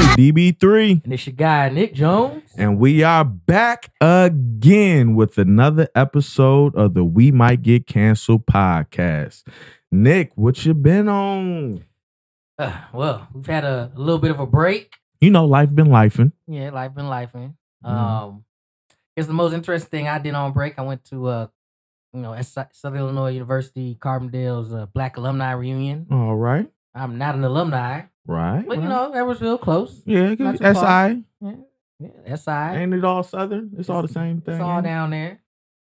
CB3, And it's your guy, Nick Jones. and we are back again with another episode of the We Might Get Canceled podcast. Nick, what you been on? Uh, well, we've had a, a little bit of a break. You know, life been lifing. Yeah, life been lifing. Mhm. Um, it's the most interesting thing I did on break. I went to, uh, you know, at Sou- Southern Illinois University Carbondale's uh, Black Alumni Reunion. All right, I'm not an alumni, right. but you right. know, that was real close. yeah, not too SI. Yeah, SI. Ain't it all Southern? It's all the same thing. It's all down there.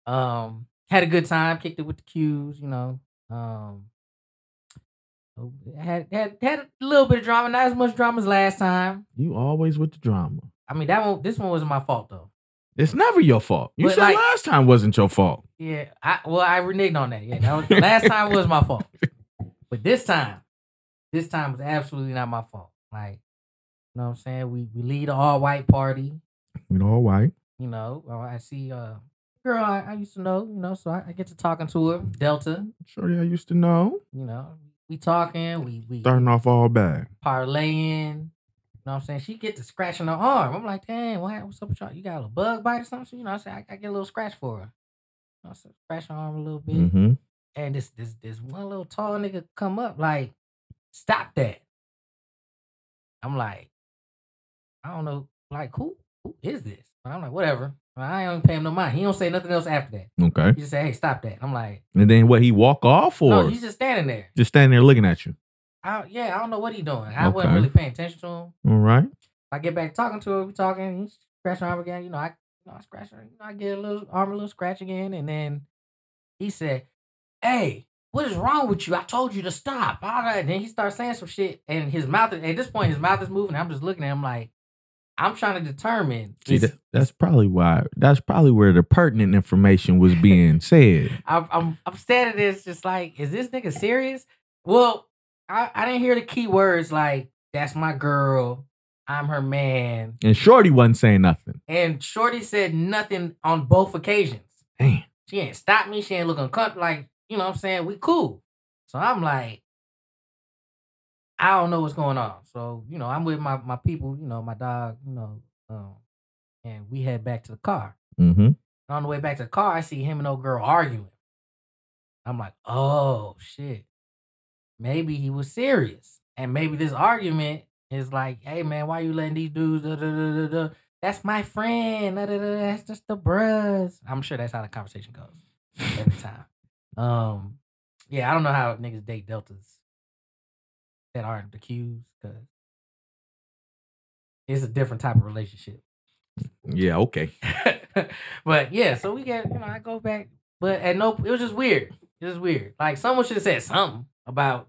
Um, had a good time. Kicked it with the cues, you know. Um, had had had a little bit of drama. Not as much drama as last time. You always with the drama. I mean, that one. This one wasn't my fault though. It's never your fault. You But, said like- last time wasn't your fault. Yeah. I well, I reneged on that. Yeah. That was, last time was my fault, but this time, this time was absolutely not my fault. Like, you know what I'm saying? We we lead an all white party. You know, all right. You know, Uh, I see uh girl I, I used to know. You know, so I, I get to talking to her, Delta. Shorty, I used to know. you know, we talking, we we Starting off all bad. parlaying. You know what I'm saying? She get to scratching her arm. I'm like, dang, what, hap- what's up with y'all? You got a little bug bite or something? So, you know, I said, I, I get a little scratch for her. You know, so scratch her arm a little bit. Mm-hmm. And this this this one little tall nigga come up, like, stop that. I'm like, I don't know, like who who is this? But I'm like, whatever. I ain't pay him no mind. He don't say nothing else after that. Okay. He just say, hey, stop that. I'm like, And then what? He walk off or no, he's just standing there. just standing there looking at you. I, yeah, I don't know what he doing. I wasn't Okay. really paying attention to him. All right. I get back talking to her, we talking, he scratch her arm again. You know, I, you know, I scratch her, you know, I get a little arm, a little scratch again, and then he said, "Hey, what is wrong with you? I told you to stop." All right, then he starts saying some shit, and his mouth at this point, his mouth is moving. I'm just looking at him like, I'm trying to determine. See, is- that, that's probably why. That's probably where the pertinent information was being said. I'm, I'm, I'm standing there, it's just like, is this nigga serious? Well, I, I didn't hear the key words like, "That's my girl," "I'm her man." And Shorty wasn't saying nothing. And Shorty said nothing on both occasions. Damn. She ain't stopped me. She ain't looking cut like, you know what I'm saying? We cool. So I'm like, I don't know what's going on. So, you know, I'm with my, my people, you know, my dog, you know, um, and we head back to the car. Mm-hmm. And on the way back to the car, I see him and old girl arguing. I'm like, oh shit. Maybe he was serious. And maybe this argument is like, hey man, why you letting these dudes da, da, da, da, da. that's my friend. da, da, da, that's just the bruhs. I'm sure that's how the conversation goes every time. Um yeah, I don't know how niggas date deltas that aren't the Qs, because it's a different type of relationship. Yeah. Okay. but yeah, so we got you know I go back, but at no, it was just weird. It was weird. Like someone should have said something about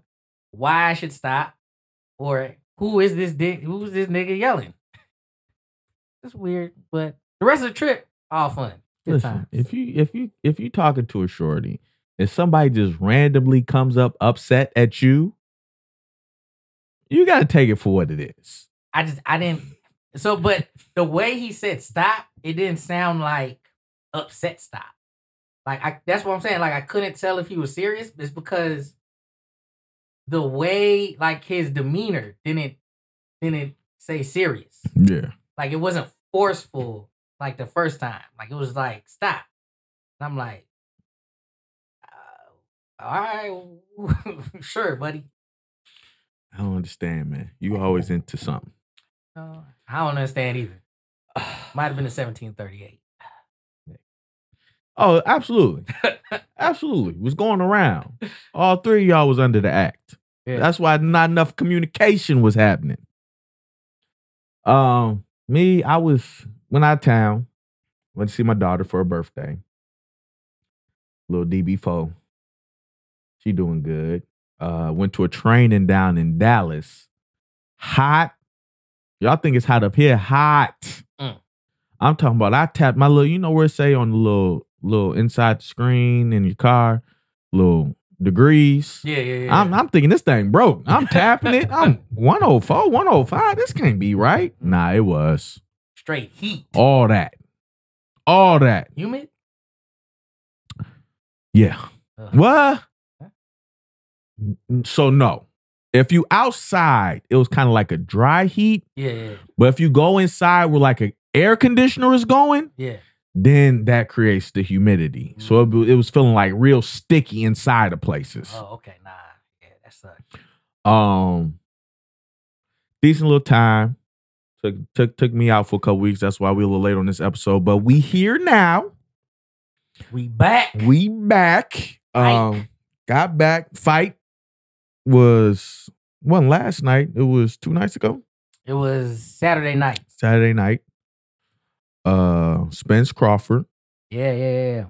why I should stop, or who is this dick? Who's this nigga yelling? It's weird, but the rest of the trip all fun. Good Listen, time. if you if you if you talking to a Shorty, if somebody just randomly comes up upset at you, you got to take it for what it is. I just I didn't. So, but the way he said stop, it didn't sound like upset stop. Like I, that's what I'm saying. Like I couldn't tell if he was serious. It's because the way, like his demeanor, didn't didn't say serious. Yeah. Like it wasn't forceful. Like the first time. Like it was like stop. And I'm like, uh, all right, sure, buddy. I don't understand, man. You always into something. Uh, I don't understand either. Might have been a 1738. Oh, absolutely. absolutely. Was going around. All three of y'all was under the act. Yeah. That's why not enough communication was happening. Um, me, I was went out of town, went to see my daughter for her birthday. Little DB4. She doing good. Uh went to a training down in Dallas. Hot. Y'all think it's hot up here? Hot. Mm. I'm talking about I tapped my little, you know where it say on the little little inside the screen in your car, little degrees. Yeah, yeah, yeah. I'm, I'm thinking this thing broke. I'm tapping it. I'm 104, 105. This can't be right. Nah, it was. straight heat. All that. All that. Humid? Yeah. Ugh. What? So, no. If you outside, it was kind of like a dry heat. Yeah, yeah, But if you go inside where like a air conditioner is going, yeah. then that creates the humidity. So it, w- it was feeling like real sticky inside of places. Oh, okay, nah. Yeah, that sucks. Um, decent little time. Took took took me out for a couple weeks. That's why we a little late on this episode. But we here now. We back. We back. Um, Fight. got back. Fight was one last night. It was two nights ago. It was Saturday night. Saturday night. Uh, Spence Crawford. Yeah, yeah, yeah, yeah.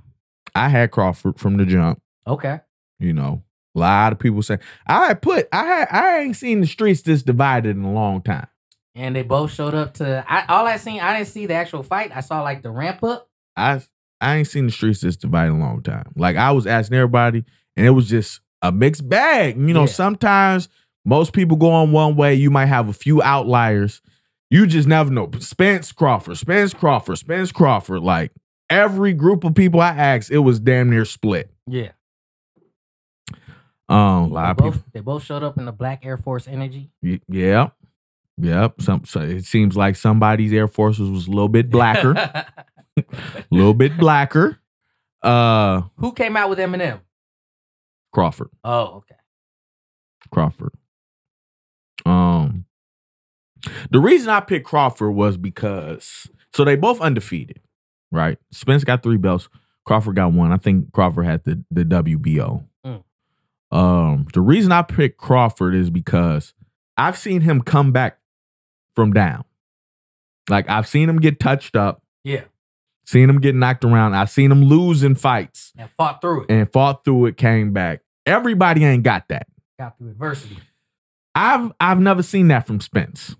I had Crawford from the jump. Okay. You know, a lot of people say I had put I had I ain't seen the streets this divided in a long time. And they both showed up to. I all I seen. I didn't see the actual fight. I saw like the ramp up. I I ain't seen the streets this divided in a long time. Like I was asking everybody, and it was just a mixed bag. You know, Yeah. sometimes most people go on one way. You might have a few outliers. You just never know. Spence Crawford, Spence Crawford, Spence Crawford. Like every group of people I asked, it was damn near split. Yeah. Um, a they lot of both people. they both showed up in the Black Air Force Energy. Y- Yeah. Yep. Some, so it seems like somebody's Air Forces was a little bit blacker. A little bit blacker. Uh Who came out with Eminem? Crawford. Oh, okay. Crawford. Um the reason I picked Crawford was because so they both undefeated, right? Spence got three belts, Crawford got one. I think Crawford had the the WBO. Mm. Um the reason I picked Crawford is because I've seen him come back from down. Like I've seen him get touched up, Yeah, seen him get knocked around, I've seen him lose in fights and fought through it. and fought through it, came back. Everybody ain't got that. Got through adversity. I've I've never seen that from Spence.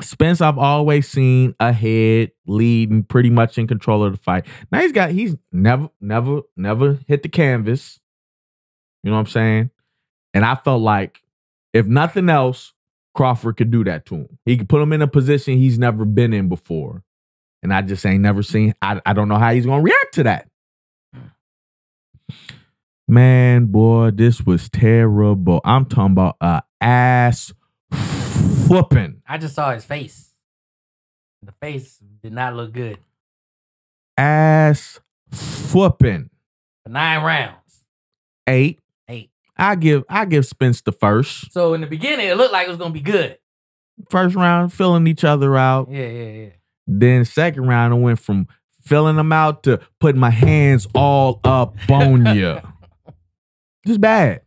Spence, I've always seen ahead, leading, pretty much in control of the fight. Now he's got he's never, never, never hit the canvas. You know what I'm saying? And I felt like if nothing else, Crawford could do that to him. He could put him in a position he's never been in before. And I just ain't never seen. I, I don't know how he's gonna react to that. Man, boy, this was terrible. I'm talking about a ass whooping. I just saw his face. The face did not look good. Ass whooping. For nine rounds, Eight. eight. I give I give Spence the first. So in the beginning, it looked like it was gonna be good. First round, filling each other out. Yeah, yeah, yeah. Then second round, I went from filling them out to putting my hands all up on you. Just bad.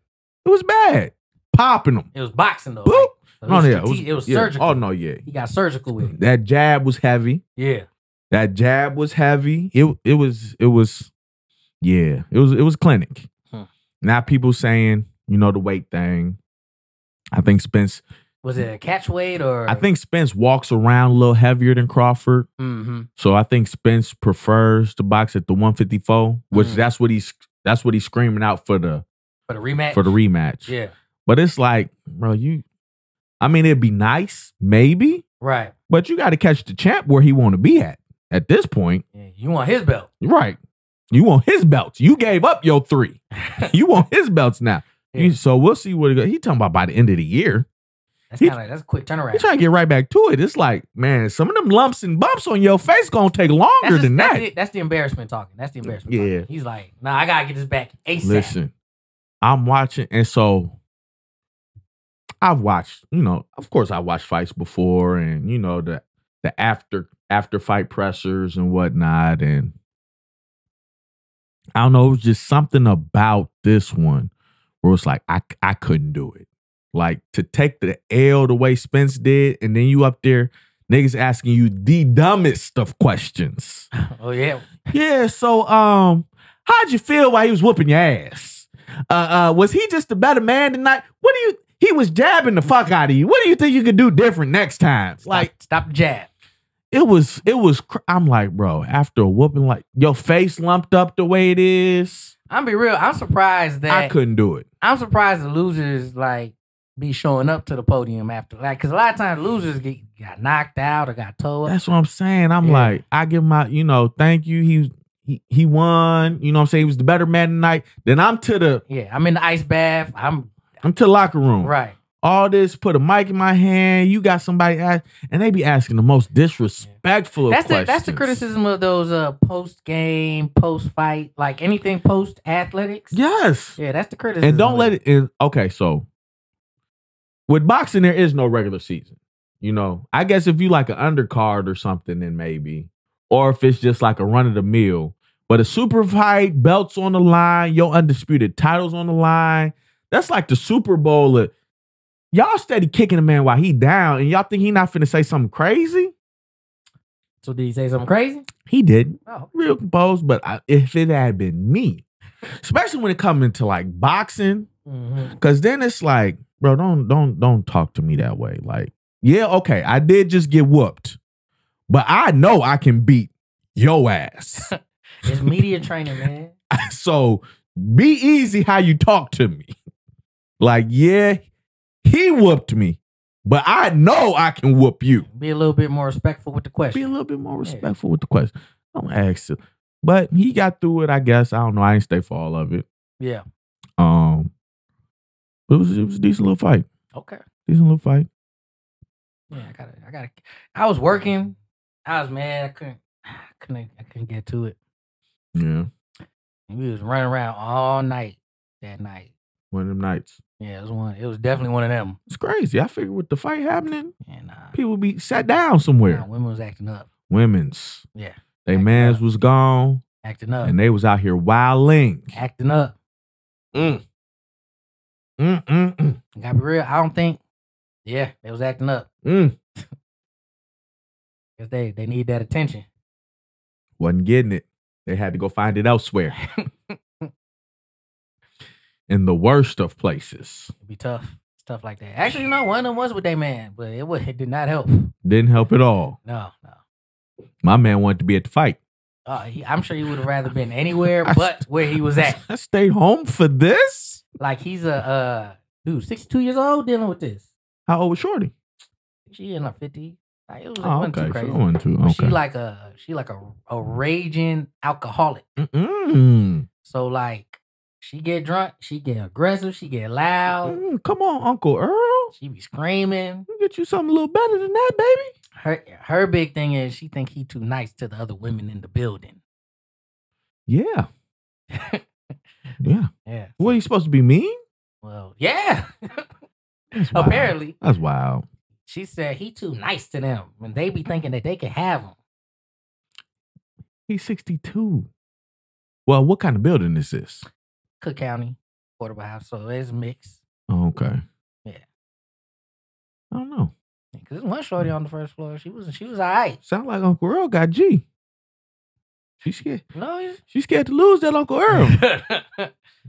It was bad. Popping them. It was boxing though. Boop. like, so it No, was yeah, it strate- was, it was yeah. surgical. Oh no, yeah. He got surgical with it. That jab was heavy. Yeah. That jab was heavy. It it was it was yeah, it was it was clinic. Hmm. Now people saying, you know, the weight thing. I think Spence Was it a catch weight or? I think Spence walks around a little heavier than Crawford. hmm So I think Spence prefers to box at the 154, which Mm. that's what he's that's what he's screaming out for the For the rematch. for the rematch. Yeah. But it's like, bro, you I mean it'd be nice, maybe, Right. but you gotta catch the champ where he wanna be at at this point. Yeah, you want his belt? Right. You want his belts. You gave up your three. you want his belts now. You- Yeah. so we'll see what it goes. He talking about by the end of the year. That's He- kind of that's a quick He turnaround. trying to get right back to it. It's like, man, some of them lumps and bumps on your face gonna take longer that's, just- than that's that. The, that's the embarrassment talking. That's the embarrassment. Yeah. talking. He's like, nah, I gotta get this back ASAP. Listen, I'm watching, and so I've watched. You know, of course, I watched fights before, and you know the the after after fight pressures and whatnot, and I don't know, it was just something about this one where it's like I I couldn't do it. Like to take the L the way Spence did, and then you up there, niggas asking you the dumbest of questions. Oh yeah. Yeah, so um, how'd you feel while he was whooping your ass? Uh, uh, was he just a better man tonight? What do you? He was jabbing the fuck out of you. What do you think you could do different next time? Stop, Like like stop the jab. it was, it was. Cr- I'm like, bro, after a whooping, like your face lumped up the way it is, I'm be real. I'm surprised I that couldn't do it. I'm surprised the losers like be showing up to the podium after like because a lot of times losers get got knocked out or got towed. up. That's what I'm saying. I'm Yeah. like, I give my, you know, thank you. He, he, he won. You know, what I'm saying he was the better man tonight. Then I'm to the yeah, I'm in the ice bath. I'm I'm to the locker room. Right. All this, put a mic in my hand. You got somebody ask, and they be asking the most disrespectful of That's the, questions. that's the criticism of those uh post game, post fight, like anything post athletics. Yes. Yeah, that's the criticism. and don't of let it in. Okay, so with boxing, there is no regular season. You know, I guess if you like an undercard or something, then maybe, or if it's just like a run of the mill. But a super fight, belts on the line, your undisputed titles on the line. That's like the Super Bowl. Of, y'all steady kicking a man while he down, and y'all think he not finna say something crazy? So did he say something crazy? He didn't. Oh, Real composed, but I, if it had been me, especially when it comes into like boxing, mhm. Cause then it's like, bro, don't don't don't talk to me that way. Like, yeah, okay, I did just get whooped, but I know I can beat yo ass. it's media training, man. so be easy how you talk to me. Like, yeah, he whooped me, but I know I can whoop you. Be a little bit more respectful with the Be a question. little bit more respectful with the question. Don't ask him. But he got through it, I guess. I don't know. I didn't stay for all of it. yeah. Um, but it was, it was a decent little fight. Okay. Decent little fight. Yeah, I gotta, I gotta. I was working. I was mad. I couldn't, I couldn't, I couldn't get to it. Yeah, And we was running around all night that night. one of them nights. Yeah, it was one. It was definitely one of them. It's crazy. I figured with the fight happening, And uh, people be sat down nah, somewhere. women was acting up, Women's. Yeah. They Like, mans uh, was gone acting up, and they was out here wilding. acting up. Mm. Mm, mm, mm, I gotta be real. I don't think. Yeah, they was acting up mm. because they they need that attention. Wasn't getting it. They had to go find it elsewhere in the worst of places. It'd be tough, stuff like that. Actually, no, one of them was with their man, but it was, it did not help. Didn't help at all. No, no. My man wanted to be at the fight. Uh, he, I'm sure he would have rather been anywhere I but where he was at. I stayed home for this. Like he's a uh dude, 62 years old dealing with this. How old was Shorty? She in her 50. Like, it was like, Oh, wasn't okay. too So crazy. I wanted to. But She Okay. like a she like a a raging alcoholic. Mm-mm. So like she get drunk, she get aggressive, she get loud, Mm, come on, Uncle Earl. she be screaming. We'll get you something a little better than that, baby. Her her big thing is she think he too nice to the other women in the building. Yeah. yeah. Yeah. What are you supposed to be mean? Well, yeah. That's wild. Apparently, That's wild. she said he too nice to them, and they be thinking that they can have him. He's 62. Well, what kind of building is this? Cook County, Portable House, so it's mixed. Oh, okay. Yeah. I don't know. Cause there's one shorty on the first floor. She was she was alright. Sound like Uncle Earl got G. She scared. No, he's- She scared to lose that Uncle Earl.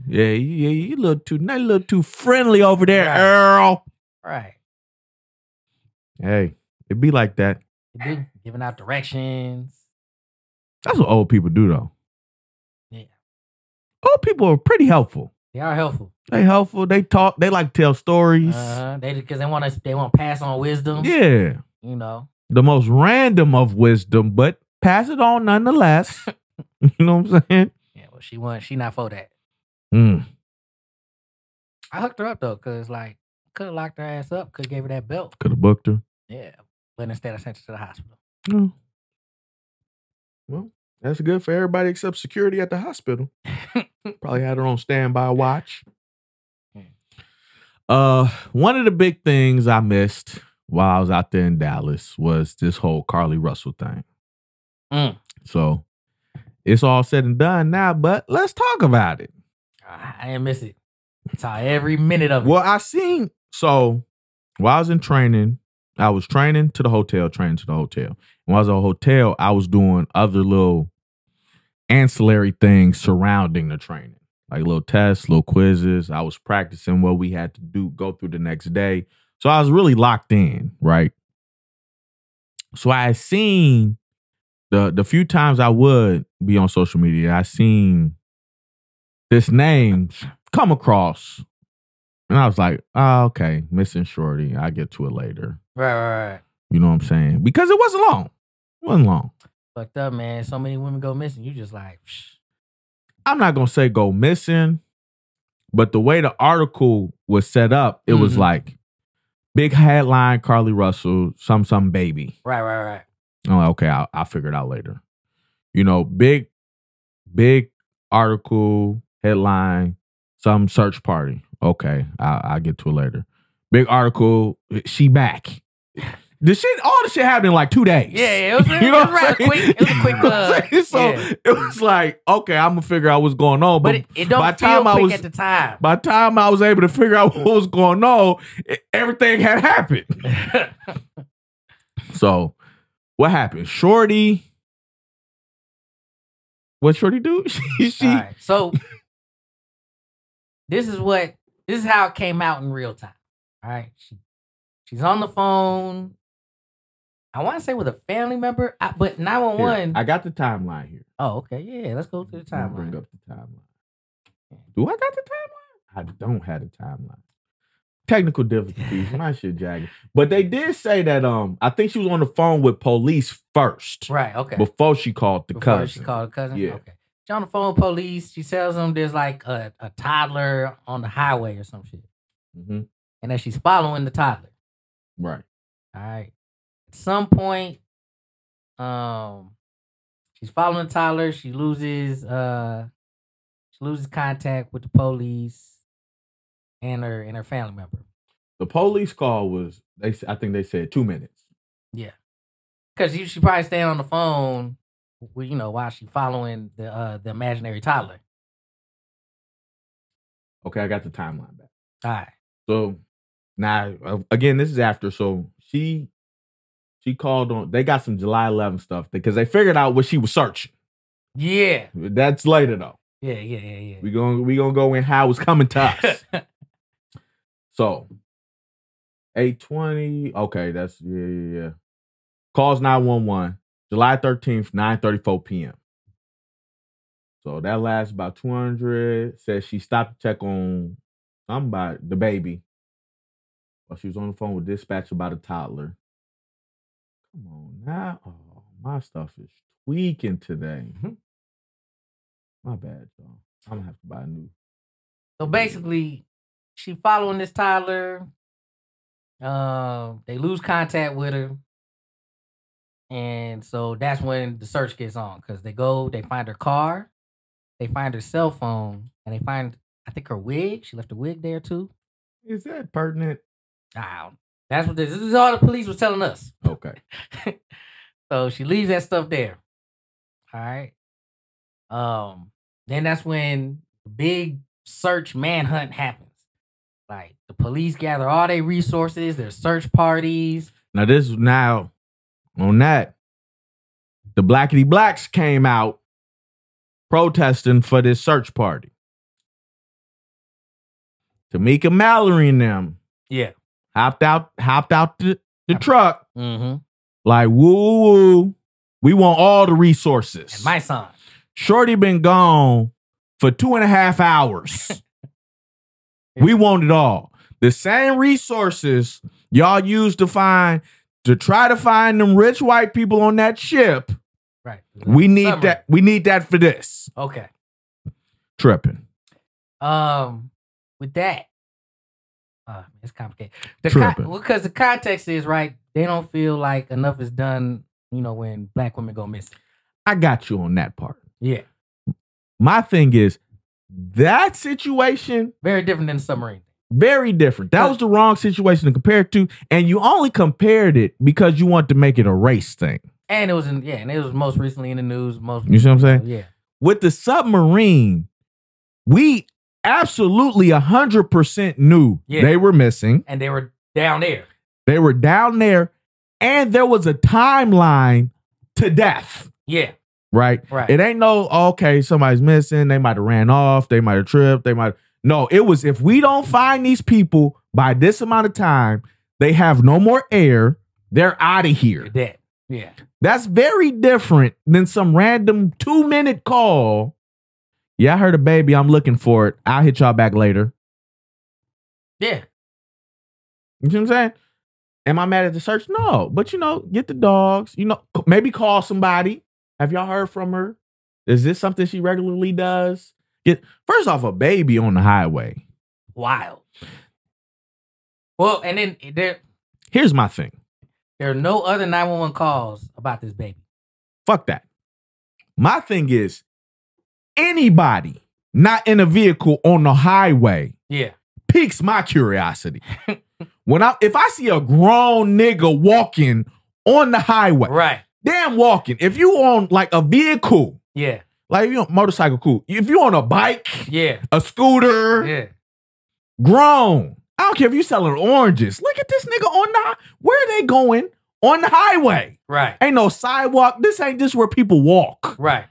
yeah, you- yeah, you a little too, not a little too friendly over there, Right. Earl. right. Hey, it be like that. He be giving out directions. That's what old people do, though. Yeah. Old people are pretty helpful. They are helpful. They helpful. They talk. They like tell stories. Uh, they because they want to they want to pass on wisdom. Yeah. You know. the most random of wisdom, but pass it on nonetheless. you know what I'm saying? Yeah. Well, she wasn't. She not for that. Mm. I hooked her up though, cause like could have locked her ass up. Could gave her that belt. Could have booked her. Yeah. But instead, I sent her to the hospital. No. Well, that's good for everybody except security at the hospital. Probably had her on standby watch. Hmm. Uh, one of the big things I missed while I was out there in Dallas was this whole Carly Russell thing. Mm. So it's all said and done now, but let's talk about it. I, I didn't miss it. Saw every minute of it. Well, I seen so while I was in training, I was training to the hotel, training to the hotel. And while I was at the hotel, I was doing other little ancillary things surrounding the training, like little tests, little quizzes. I was practicing what we had to do, go through the next day. So I was really locked in, right? So I had seen the the few times I would be on social media, I seen this name come across and I was like, oh, okay, missing Shorty. I'll get to it later. Right, right, right. You know what I'm saying? Because it wasn't long. wasn't long. Fucked up, man. So many women go missing. You just like, psh, I'm not gonna say go missing. But the way the article was set up, it was Mhm. like big headline: Carly Russell, some some baby. Right, right, right. I'm like, okay, I'll, I'll figure it out later. You know, big, big article, headline, some search party. Okay, I, I'll get to it later. Big article, she back. The shit, all the shit happened in like two days. Yeah, it was- it was what I'm rather saying? quick. It was a quick, You know what I'm uh, saying? so yeah. it was like, okay, I'm gonna figure out what's going on. But, But it, it don't by feel time I quick was- at the time. by the time I was able to figure out what was going on, e- everything had happened. So what happened? Shorty. What Shorty do? she she All right, so this is what this is how it came out in real time. All right, she she's on the phone. I want to say with a family member, I, but nine one Here, one. I got the timeline here. Oh, okay, yeah. Let's go to the Let me Bring timeline. up the timeline. Do I got the timeline? I don't have the timeline. Technical difficulties. my shit jagged. But they did say that um I think she was on the phone with police first Right, okay. before she called the Before cousin. she called a cousin. Yeah. Okay. She on the phone with police. She tells them there's like a, a toddler on the highway or some shit, Mhm. and that she's following the toddler. Right. All right. At some point, um, she's following Tyler. She loses uh, she loses contact with the police and her and her family member The police call was they s- I think they said two minutes. because she, she probably staying on the phone. Well, you know, while she following the uh the imaginary toddler. Okay, I got the timeline back. All right. So now uh, again, this is after. So she she called on. They got some July 11 stuff because they figured out what she was searching. Yeah. That's later though. Yeah. Yeah. Yeah. We gonna we gonna go in how it's coming to Yeah. us. so eight twenty. Okay, that's yeah yeah yeah. Calls nine one one. July thirteenth, nine thirty four p.m. So that lasts about two hundred. Says she stopped to check on somebody, the baby. While she was on the phone with dispatch about a toddler. Come on now. Oh, my stuff is tweaking today. Mm-hmm. My bad, y'all. I'm gonna have to buy a new. So basically, she following this Tyler. Um, they lose contact with her, and so that's when the search gets on because they go, they find her car, they find her cell phone, and they find I think her wig. She left a wig there too. Is that pertinent? I don't- That's what this, this is. All the police was telling us. Okay. so she leaves that stuff there. All right. Um. Then that's when the big search manhunt happens. Like the police gather all their resources, their search parties. Now this now on that, the blackity blacks came out protesting for this search party. Tamika Mallory and them Yeah. hopped out, hopped out the, the truck, Mm-hmm. like woo woo woo. We want all the resources. And my son. Shorty been gone for two and a half hours. we want it all. The same resources y'all used to find to try to find them rich white people on that ship. Right. We need Summary. that. We need that for this. Okay. Tripping. Um. With that. Uh, it's complicated. The Tripping. con- because the context is right. They don't feel like enough is done. You know when black women go missing. I got you on that part. Yeah. My thing is that situation Very different than submarine. very different. That was the wrong situation to compare it to, and you only compared it because you want to make it a race thing. And it was in yeah, and it was most recently in the news. Most You see what I'm saying? yeah, with the submarine, we absolutely 100% knew Yeah. they were missing. and they were down there. They were down there, and there was a timeline to death, Yeah, right? right. It ain't no, okay, somebody's missing. They might have ran off. They might have tripped. They might. No, it was if we don't find these people by this amount of time, they have no more air. They're out of You're here. dead. Yeah, That's very different than some random two minute call. Yeah, I heard a baby. I'm looking for it. I'll hit y'all back later. yeah. You know what I'm saying? Am I mad at the search? No, but you know, get the dogs. You know, maybe call somebody. Have y'all heard from her? Is this something she regularly does? Get first off a baby on the highway. Wild. Well, and then there Here's my thing. there are no other 911 calls about this baby. Fuck that. My thing is anybody not in a vehicle on the highway Yeah. piques my curiosity. when I if I see a grown nigga walking on the highway, Right. damn walking. If you on like a vehicle, Yeah. like you on motorcycle, cool. If you on a bike, Yeah. a scooter, Yeah. grown. I don't care if you selling oranges. Look at this nigga on the hi- where they going on the highway. Right. Ain't no sidewalk. This ain't just where people walk. Right.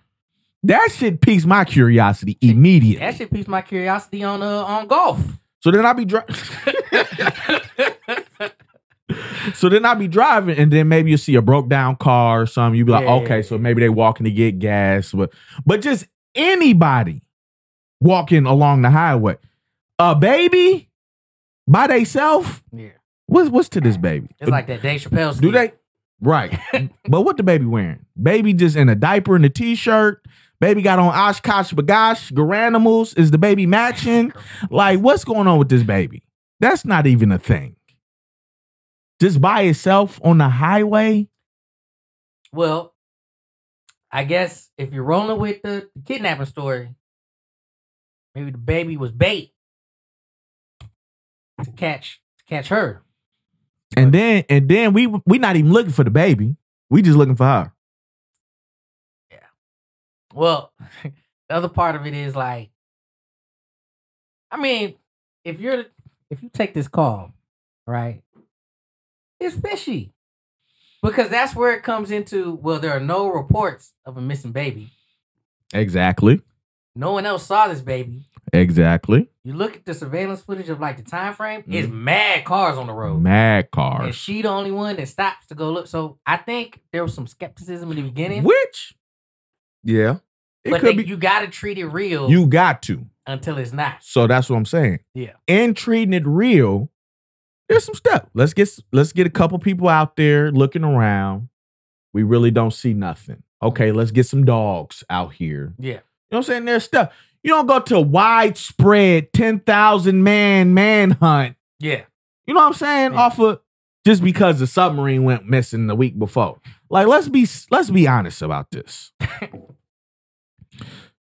That shit piques my curiosity immediately. That should piques my curiosity on uh on golf. So then I be driving. so then I be driving, and then maybe you see a broke down car or something. You be like, Yeah, yeah, okay, yeah. so maybe they walking to get gas, but but just anybody walking along the highway, a baby by theyself. yeah. What's what's to this baby? It's like that Dave Chappelle. do skit. they right? but what the baby wearing? Baby just in a diaper and a t shirt. Baby got on Oshkosh Bagosh Garanimals. Is the baby matching? Like, what's going on with this baby? That's not even a thing. Just by itself on the highway? Well, I guess if you're rolling with the kidnapping story, maybe the baby was bait to catch to catch her. And then and then we we not even looking for the baby. We just looking for her. Well, the other part of it is like, I mean, if you're if you take this call, right, it's fishy because that's where it comes into. Well, there are no reports of a missing baby. Exactly. No one else saw this baby. Exactly. You look at the surveillance footage of like the time frame. It's mad cars on the road. Mm-hmm. Mad And cars. she the only one that stops to go look. So I think there was some skepticism in the beginning. Which? Yeah. It but could they- be you gotta treat it real you got to. until it's not. So that's what I'm saying. Yeah. In treating it real, there's some stuff. Let's get let's get a couple people out there looking around. We really don't see nothing. Okay, let's get some dogs out here. Mm-hmm. Yeah. You know what I'm saying? There's stuff. You don't go to a widespread 10,000 man manhunt. Yeah. You know what I'm saying? Yeah. Off of just because the submarine went missing the week before. Like let's be let's be honest about this.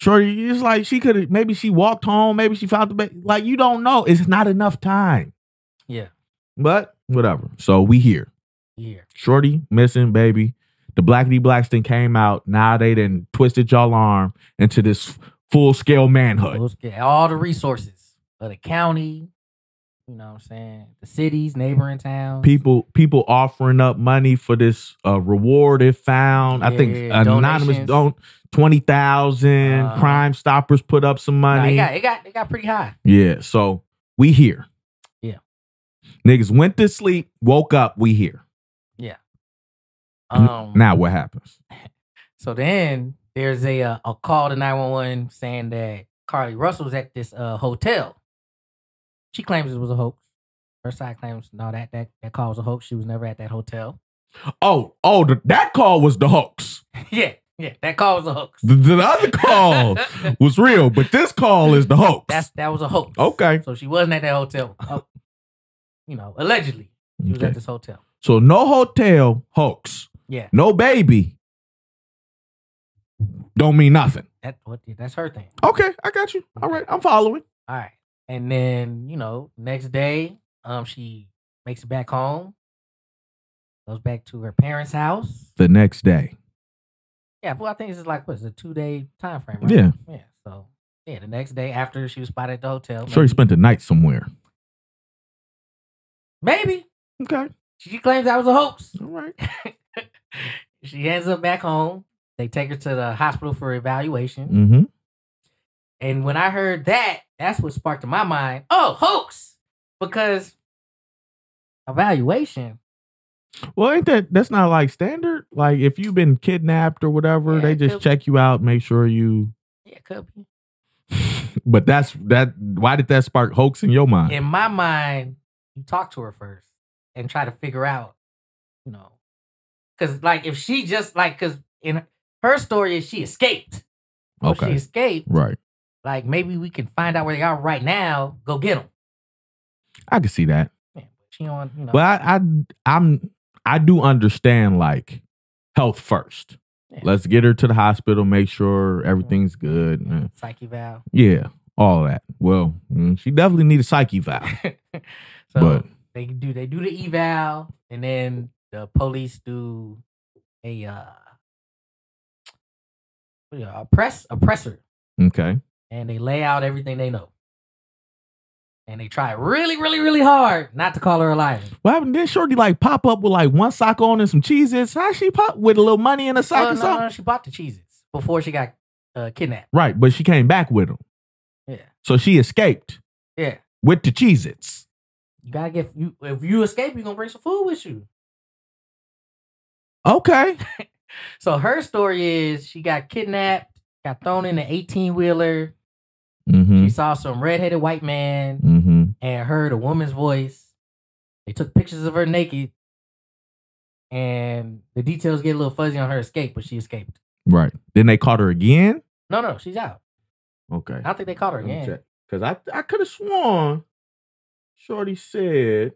sure, it's like she could have maybe she walked home, maybe she found the baby. Like you don't know. It's not enough time. Yeah. But whatever. So we here. Yeah. Shorty missing baby. The Blackity Blackston came out. Now they done twisted y'all arm into this full scale manhood. Let's get all the resources of the county. You know what I'm saying? The cities, neighboring towns. People people offering up money for this uh, reward if found. I Yeah, think yeah, anonymous donations. don't twenty thousand. Uh-huh. Crime Stoppers put up some Nah, money. it got it got it got pretty high. yeah, so we here. Yeah. niggas went to sleep, woke up. We here. N- Um now what happens? so then there's a uh, a call to 911 saying that Carly Russell's at this uh hotel. She claims it was a hoax. Her side claims no that that that call was a hoax. She was never at that hotel. Oh, oh, the, that call was the hoax. yeah, yeah, that call was a hoax. The, the other call was real, but this call is the hoax. That's that was a hoax. Okay. So she wasn't at that hotel. Oh, you know, allegedly she was Okay. at this hotel. So no hotel hoax, Yeah, no baby. Don't mean nothing. that what that's her thing. Okay, I got you. All right, I'm following. All right. And then, you know, next day, um, she makes it back home, goes back to her parents' house. The next day, Yeah, well, I think this is like what's a two day time frame, right? Yeah. Yeah. So yeah, the next day after she was spotted at the hotel. sure, he spent the night somewhere. maybe Okay, she claims that was a hoax. all right. She ends up back home. They take her to the hospital for evaluation. Mm-hmm. And when I heard that, that's what sparked in my mind, oh, hoax. Because evaluation, Well, ain't that that's not like standard? Like if you've been kidnapped or whatever, Yeah, they it just could- check you out, make sure you. yeah, it could be. But that's that. Why did that spark hoax in your mind? in my mind, you talk to her first and try to figure out, you know, because like if she just like because in her story is she escaped, So if Okay, she escaped, right. Like maybe we can find out where they are right now. Go get them. I can see that. She on. You know, But I, I I'm I do understand like health first. Yeah. Let's get her to the hospital, make sure everything's good. uh, psyche valve. Yeah, all that. Well, mm, she definitely need a psyche valve. so But- they do they do the eval, and then the police do a uh, what do you- a press a presser, Okay. and they lay out everything they know, and they try really really really hard not to call her a liar. What happened? Did Shorty like pop up with like one sock on and some cheeses? How she pop with a little money in a sock Well, or Oh, no, something? no, she bought the Cheez-Its before she got uh, kidnapped. Right, but she came back with them. Yeah, So she escaped yeah. with the Cheez Its. You gotta get you if you escape, you're gonna bring some food with you. Okay. So her story is she got kidnapped, got thrown in an 18 wheeler. Mm-hmm. She saw some redheaded white man Mm-hmm. and heard a woman's voice. They took pictures of her naked, and the details get a little fuzzy on her escape, but she escaped. Right. Then they caught her again. No, no, she's out. Okay. I don't think they caught her again. Because I I could have sworn Shorty said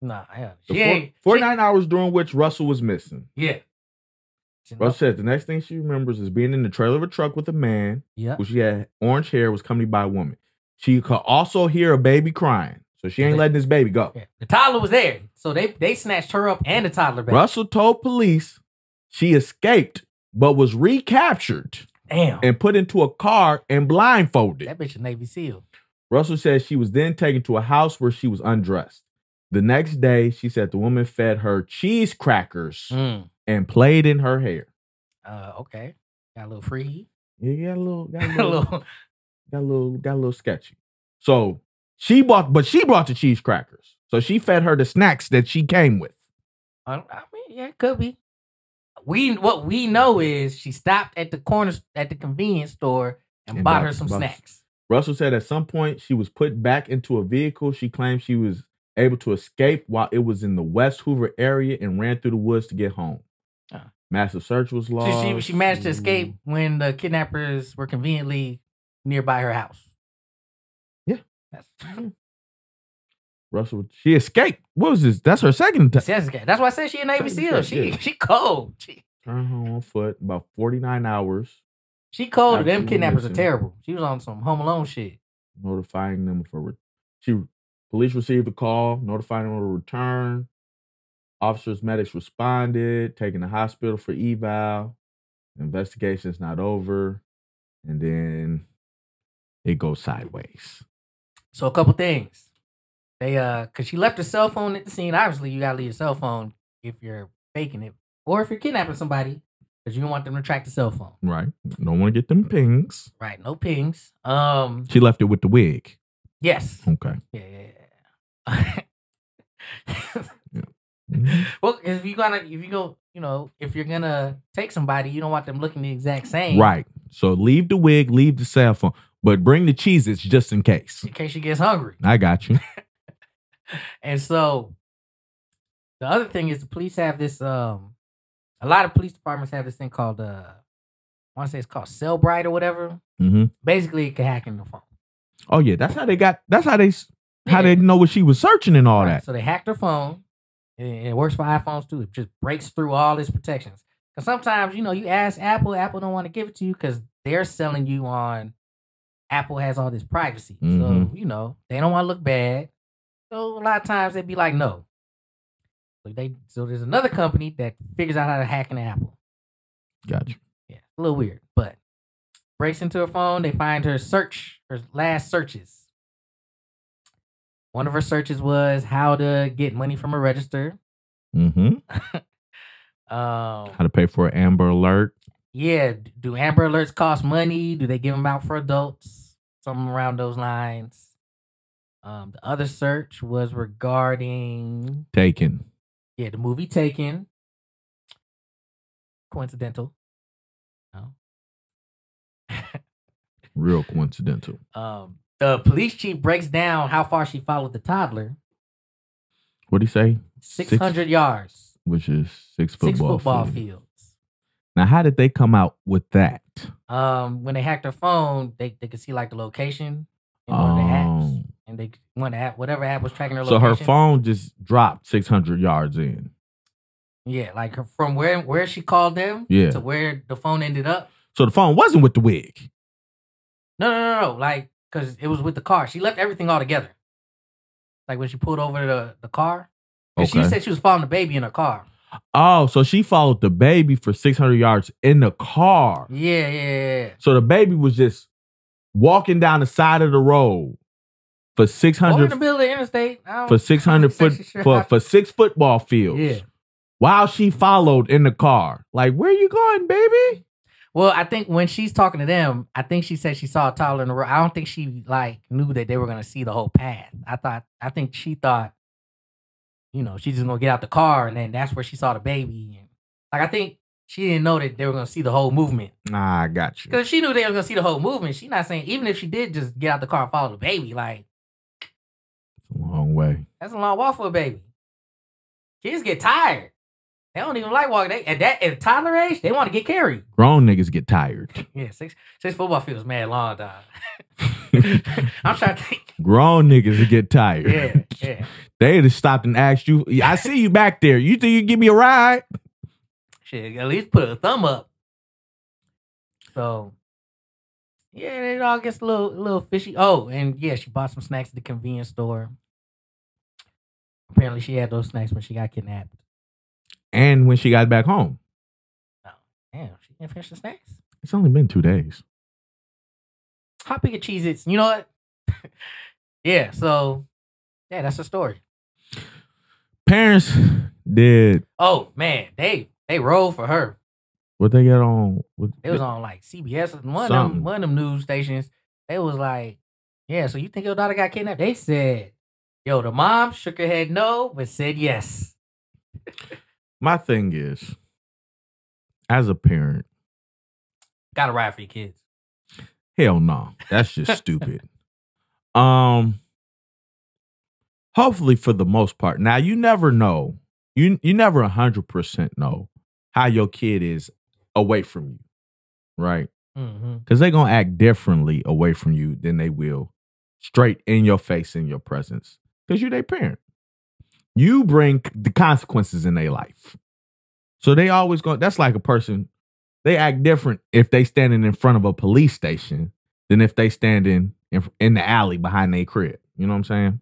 Nah, hell, the she four- ain't. she- 49 hours during which Russell was missing. yeah. She- Russell says the next thing she remembers is being in the trailer of a truck with a man Yeah. who she had orange hair was accompanied by a woman. She could also hear a baby crying. So she ain't They- letting this baby go. yeah. The toddler was there, so they they snatched her up and the toddler back. Russell told police she escaped but was recaptured Damn, and put into a car and blindfolded. that bitch a Navy SEAL. Russell says she was then taken to a house where she was undressed. The next day, she said the woman fed her cheese crackers Mm. and played in her hair. Uh, okay, got a little free, Yeah, got a little, got a a little, little got a little, got a little sketchy. So she bought, but she brought the cheese crackers. So she fed her the snacks that she came with. I, I mean, yeah, it could be. We what we know is she stopped at the corner at the convenience store and, And bought bought- her some bought- snacks. Russell said at some point she was put back into a vehicle. She claimed she was able to escape while it was in the West Hoover area and ran through the woods to get home. Ah. Massive search was She, lost. she she managed to escape when the kidnappers were conveniently nearby her house. Yeah. that's Russell, she escaped. What was this? That's her second time. she has escaped. that's why I said she a Navy Second SEAL. step, She yeah. she cold. She Turned home on foot about 49 hours, she cold. Them Absolutely kidnappers are missing. terrible. She was on some Home Alone shit. notifying them for. Re- she police received a call, notifying them of a return. Officers, medics responded, taken to hospital for eval. Investigation's not over, and then it goes sideways. So a couple things. They uh cause she left her cell phone at the scene. Obviously you gotta leave your cell phone if you're faking it. Or if you're kidnapping somebody, because you don't want them to track the cell phone. Right, don't want to get them pings. Right, no pings. Um She left it with the wig. yes. Okay. Yeah, yeah, yeah. Mhm. well, 'cause if you gonna if you go, you know, if you're gonna take somebody, you don't want them looking the exact same. Right. So leave the wig, leave the cell phone, but bring the cheeses just in case. In case she gets hungry. I got you. And so the other thing is the police have this um a lot of police departments have this thing called uh I wanna say it's called Cellbrite or whatever. hmm Basically it can hack in the phone. Oh yeah, that's how they got. That's how they s how Yeah. they know what she was searching and all Right, that. So they hacked her phone. And and it works for iPhones too. It just breaks through all its protections. Because sometimes, you know, you ask Apple, Apple don't want to give it to you because they're selling you on Apple has all this privacy. So, Mhm. you know, they don't want to look bad. So a lot of times they'd be like, no. So they so there's another company that figures out how to hack an Apple. Got you. Yeah. A little weird, but breaks into her phone, they find her search, her last searches. One of her searches was how to get money from a register. Mm-hmm. Um, How to pay for an Amber Alert? yeah, d- do Amber Alerts cost money? Do they give them out for adults? Something around those lines. Um, the other search was regarding Taken. yeah the movie Taken. Coincidental. No. Real coincidental. Um, the police chief breaks down how far she followed the toddler. What do you say? Six- Six hundred yards, Which is six football, six football field. fields. Now, how did they come out with that? um, when they hacked her phone, they, they could see like the location in one of the apps, Um, and they one app, whatever app was tracking her so location. her phone just dropped 600 yards in. yeah, like her, from where where she called them Yeah. to where the phone ended up. So the phone wasn't with the wig. No, no, no, no, like because it was with the car. She left everything all together. Like when she pulled over to the the car, 'Cause Okay. she said she was following the baby in her car. Oh, so she followed the baby for 600 yards in the car. Yeah, yeah, yeah, yeah. So the baby was just walking down the side of the road for Over 600 the middle of the interstate. I don't- for 600 So foot she sure for, had- for six football fields Yeah. while she followed in the car like where you going baby Well, I think when she's talking to them, I think she said she saw a toddler in the road. I don't think she like knew that they were gonna see the whole path. I thought I think she thought, you know, she's just gonna get out the car and then that's where she saw the baby. And like I think she didn't know that they were gonna see the whole movement. nah i got you Cause if she knew they were gonna see the whole movement. She's not saying even if she did just get out the car and follow the baby, like It's a long way that's a long walk for a baby. Kids get tired. They don't even like walking. They at that at toddler age, they want to get carried. grown niggas get tired Yeah, six six football fields mad long dog. uh, I'm trying to think. grown niggas get tired Yeah, yeah. they'd have stopped and asked you i see you back there you think you give me a ride Shit, at least put a thumb up. So, yeah, it all gets a little, a little fishy. Oh, and yeah, she bought some snacks at the convenience store. Apparently, she had those snacks when she got kidnapped. and when she got back home Damn, she didn't finish the snacks. it's only been two days Hot pick of Cheez Its. You know what? yeah, so, yeah, that's the story. parents did Oh, man, they they rolled for her. what they got on what, It was on like CBS or one of Something. them one of them news stations. They was like, Yeah, so you think your daughter got kidnapped? They said, Yo, the mom shook her head no, but said yes. my thing is as a parent Gotta ride for your kids. Hell no. That's just stupid. Um hopefully for the most part. Now you never know. You you never 100% know how your kid is away from you. Right? Mm-hmm. Cuz they're going to act differently away from you than they will straight in your face in your presence cuz you're their parent. You bring the consequences in their life. So they always go that's like a person they act different if they standing in front of a police station than if they standing in in the alley behind their crib. You know what I'm saying?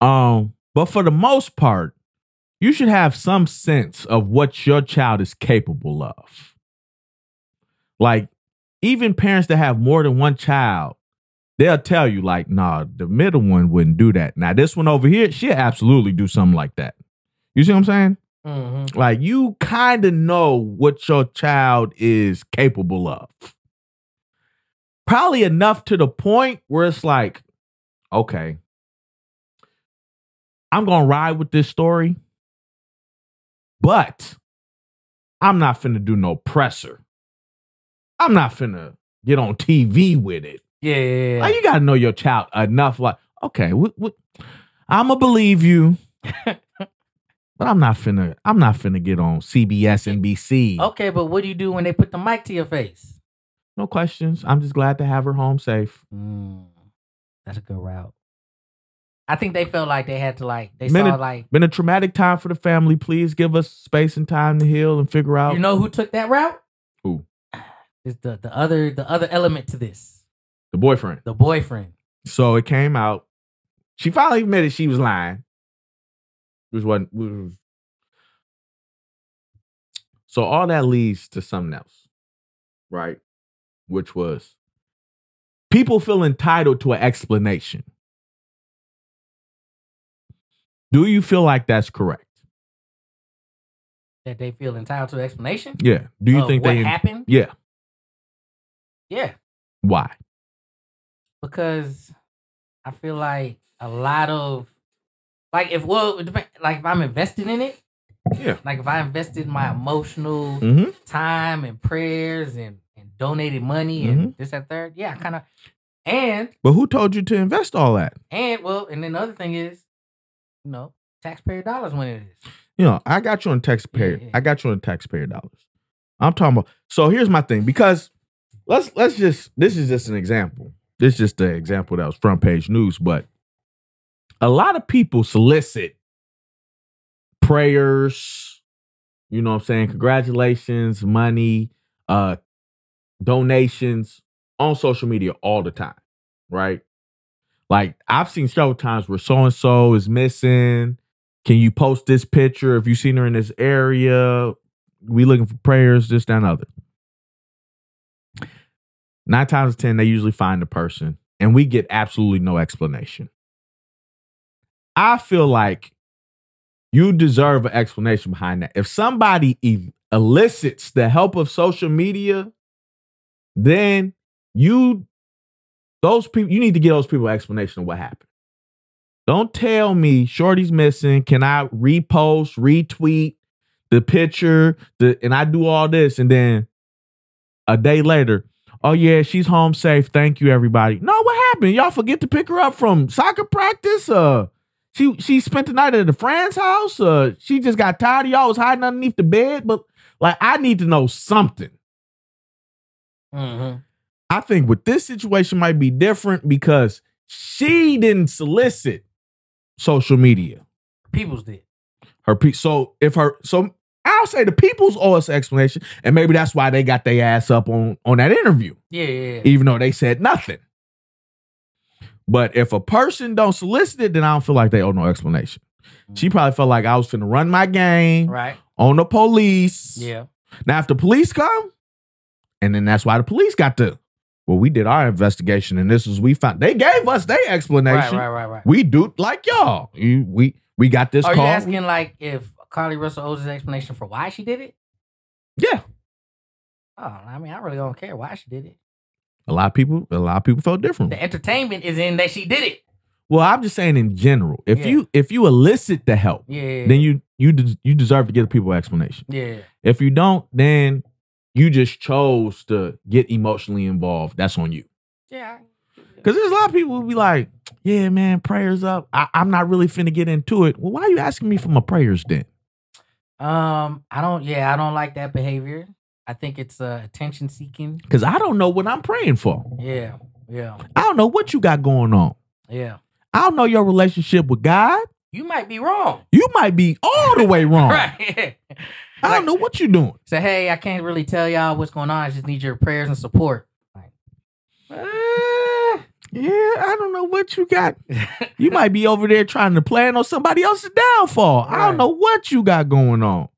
Um, but for the most part, you should have some sense of what your child is capable of. Like, even parents that have more than one child, they'll tell you, like, nah, the middle one wouldn't do that. Now, this one over here, she'll absolutely do something like that. You see what I'm saying? Mm-hmm. like you kind of know what your child is capable of probably enough to the point where it's like okay i'm gonna ride with this story but i'm not finna do no presser i'm not finna get on tv with it Yeah, yeah, yeah. like you gotta know your child enough. Like, okay, what, what, I'ma believe you, but I'm not finna. I'm not finna get on CBS, NBC. Okay, but what do you do when they put the mic to your face? No questions. I'm just glad to have her home safe. Mm, that's a good route. I think they felt like they had to like they Minute- saw like Been a traumatic time for the family. Please give us space and time to heal and figure out. you know who took that route? Who? Is the the other the other element to this. the boyfriend. The boyfriend. So it came out. She finally admitted she was lying. Which wasn't. which was- So all that leads to something else, right? Which was people feel entitled to an explanation. Do you feel like that's correct? That they feel entitled to an explanation? Yeah. Do you of think what they? happened? yeah. Yeah. Why? because I feel like a lot of like if well it depend- like if I'm invested in it, Yeah. like if I invested my emotional Mm-hmm. time and prayers and and donated money Mm-hmm. and this that third, yeah, kind of and But who told you to invest all that? and well and then the other thing is, you know, taxpayer dollars when it is. You know, I got you on taxpayer. yeah. I got you on taxpayer dollars. I'm talking about. So here's my thing because let's let's just this is just an example. This is just the example that was front page news, but a lot of people solicit prayers, you know what I'm saying? Congratulations, money, uh donations on social media all the time, right? Like I've seen several times where so and so is missing. Can you post this picture if you've seen her in this area? We looking for prayers, this, that, and other. Nine times out of ten, they usually find the person, and we get absolutely no explanation. I feel like you deserve an explanation behind that. If somebody e- elicits the help of social media, then you those people you need to give those people an explanation of what happened. Don't tell me Shorty's missing. Can I repost, retweet the picture? The and I do all this, and then a day later, oh yeah, she's home safe. Thank you, everybody. No, what happened? Y'all forget to pick her up from soccer practice? Uh she she spent the night at a friend's house. Uh she just got tired of y'all was hiding underneath the bed. But like I need to know something. Mm-hmm. I think with this situation might be different because she didn't solicit social media. People's did. Her pe- so if her so I'll say the people's owe us explanation, and maybe that's why they got their ass up on on that interview, Yeah, yeah, yeah. even though they said nothing. But if a person don't solicit it, then I don't feel like they owe no explanation. She probably felt like I was finna run my game Mm. right. on the police. Yeah. Now, if the police come, and then that's why the police got to. Well, we did our investigation, and this is we found. They gave us their Right, explanation. right, right, right. We do like y'all. You, we we got this Are call. you asking like if Carly Russell owes his explanation for why she did it? yeah, Oh, I mean, I really don't care why she did it. a lot of people. A lot of people felt different. The entertainment is in that she did it. Well, I'm just saying in general. If Yeah. you if you elicit the help, Yeah. then you you des- you deserve to give people an explanation. Yeah. If you don't, then you just chose to get emotionally involved. That's on you. Yeah. I- Because there's a lot of people who be like, yeah, man, prayers up. I, I'm not really finna get into it. Well, why are you asking me for my prayers then? Um, I don't. Yeah, I don't like that behavior. I think it's uh, attention seeking. Because I don't know what I'm praying for. Yeah, yeah, I don't know what you got going on. yeah. I don't know your relationship with God. You might be wrong. You might be all the way wrong. Right. I don't know what you're doing. Say, hey, I can't really tell y'all what's going on. I just need your prayers and support. Uh, yeah, I don't know what you got. You might be over there trying to plan on somebody else's downfall. I Right. don't know what you got going on.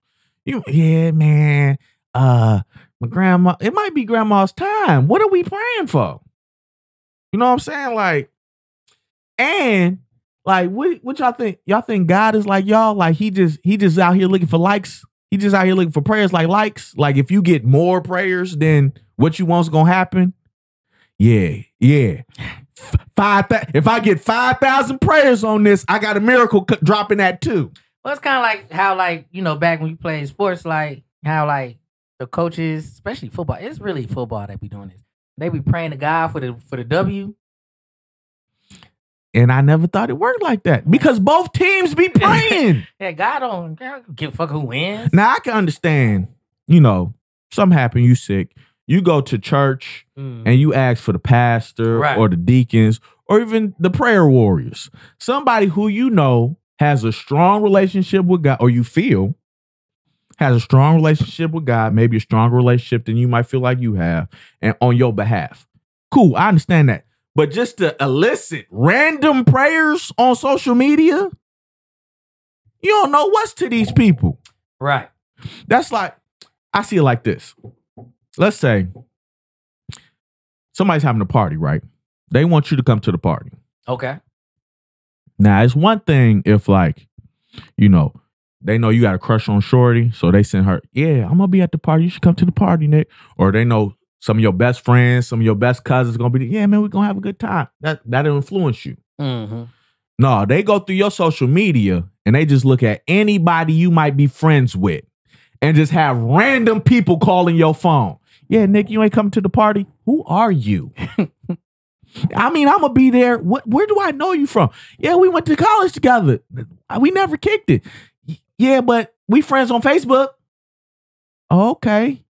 You yeah, man. Uh my grandma, it might be grandma's time. What are we praying for? You know what I'm saying? Like, and like what what y'all think? Y'all think God is like y'all? Like he just he just out here looking for likes. He just out here looking for prayers like likes. Like if you get more prayers than what you want's gonna happen. Yeah, yeah. F- Five. thou- if I get five thousand prayers on this, I got a miracle c- dropping that too. Well, it's kind of like how, like you know, back when you played sports, like how, like the coaches, especially football. It's really football that be doing this. They be praying to God for the for the W. And I never thought it worked like that because both teams be praying. Yeah, God don't God don't give a fuck who wins. now I can understand. You know, something happened. You sick. You go to church Mm. and you ask for the pastor Right. or the deacons or even the prayer warriors, somebody who you know has a strong relationship with God, or you feel has a strong relationship with God, maybe a stronger relationship than you might feel like you have, and on your behalf. Cool, I understand that. But just to elicit random prayers on social media, you don't know what's to these people. Right. That's like I see it like this. Let's say somebody's having a party, right? They want you to come to the party. Okay. Now it's one thing if like, you know, they know you got a crush on Shorty, so they send her, yeah, I'm gonna be at the party. You should come to the party, Nick. Or they know some of your best friends, some of your best cousins gonna be, there, yeah, man, we're gonna have a good time. That that'll influence you. Mm-hmm. No, they go through your social media and they just look at anybody you might be friends with and just have random people calling your phone. Yeah, Nick, you ain't coming to the party. Who are you? I mean, I'm gonna be there. What, where do I know you from? Yeah, we went to college together. We never kicked it. "Y- Yeah, but we friends on Facebook. Okay.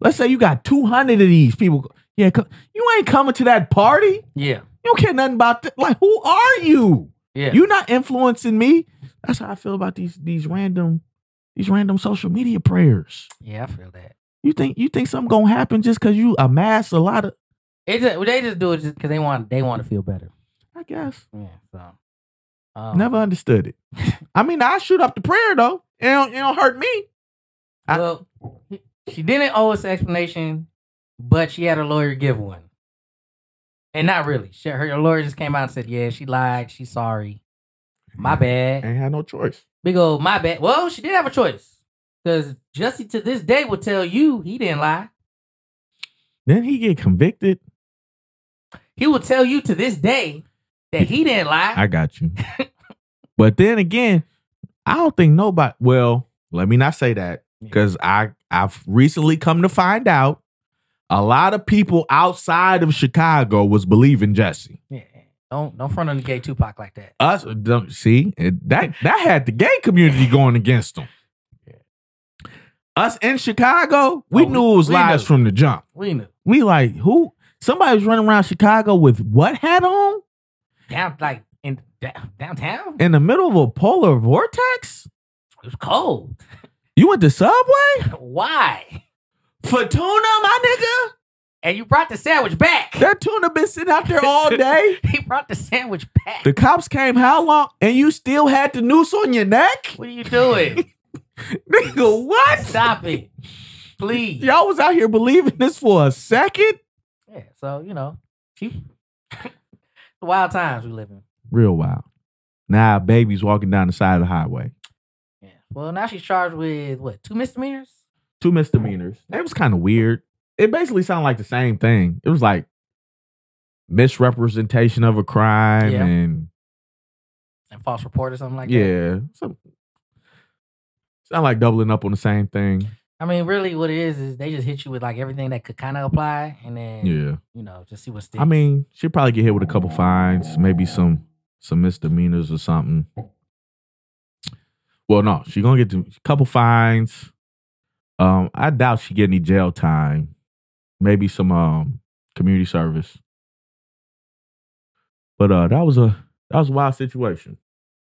Let's say you got 200 of these people. Yeah, co- you ain't coming to that party. Yeah. You don't care nothing about that. Like, who are you? Yeah. You're not influencing me. That's how I feel about these these random these random social media prayers. yeah, I feel that. You think you think something gonna happen just because you amass a lot of? It just, they just do it just because they want they want to feel better. I guess Yeah. So um, never understood it. I mean, I shoot up the prayer though. It don't, it don't hurt me. I- Well, she didn't owe us an explanation, but she had her lawyer give one. And not really. She, her lawyer just came out and said, "Yeah, she lied. She's sorry. My Mm-hmm. bad. Ain't had no choice. Big old my bad." Well, she did have a choice because Jussie to this day will tell you he didn't lie. Then he get convicted. He will tell you to this day that he didn't lie. I got you. but then again, I don't think nobody. Well, let me not say that because I I've recently come to find out a lot of people outside of Chicago was believing Jesse. Yeah. Don't don't front on the gay Tupac like that. Us don't see it- that that had the gay community going against them. Us in Chicago, we Oh, we- knew it was we lies knew. from the jump. We knew. We like who? Somebody was running around Chicago with what hat on Down like in down, downtown, it in the middle of a polar vortex? was cold. You went to Subway? Why? For tuna, my And you brought the sandwich back. nigga? That tuna been sitting out there all day. he brought the sandwich back. The cops came how long? And you still had the noose on your neck? what are you doing? Nigga, what? Stop it. Please. Y'all was out here believing this for a second? Yeah, so, you know, she, the wild times we live in. Real wild. Now baby's walking down the side of the highway. Yeah. Well, now she's charged with what, two misdemeanors? Two misdemeanors. That was kind of weird. It basically sounded like the same thing. It was like misrepresentation of a crime Yeah. and And false report or something like that. yeah. Some, sound like doubling up on the same thing. I mean, really what it is is they just hit you with like everything that could kind of apply and then Yeah. you know, just see what sticks. I mean, she'd probably get hit with a couple fines, maybe some some misdemeanors or something. Well, no, she gonna get a couple fines. Um, I doubt she get any jail time. Maybe some um community service. But uh that was a that was a wild situation.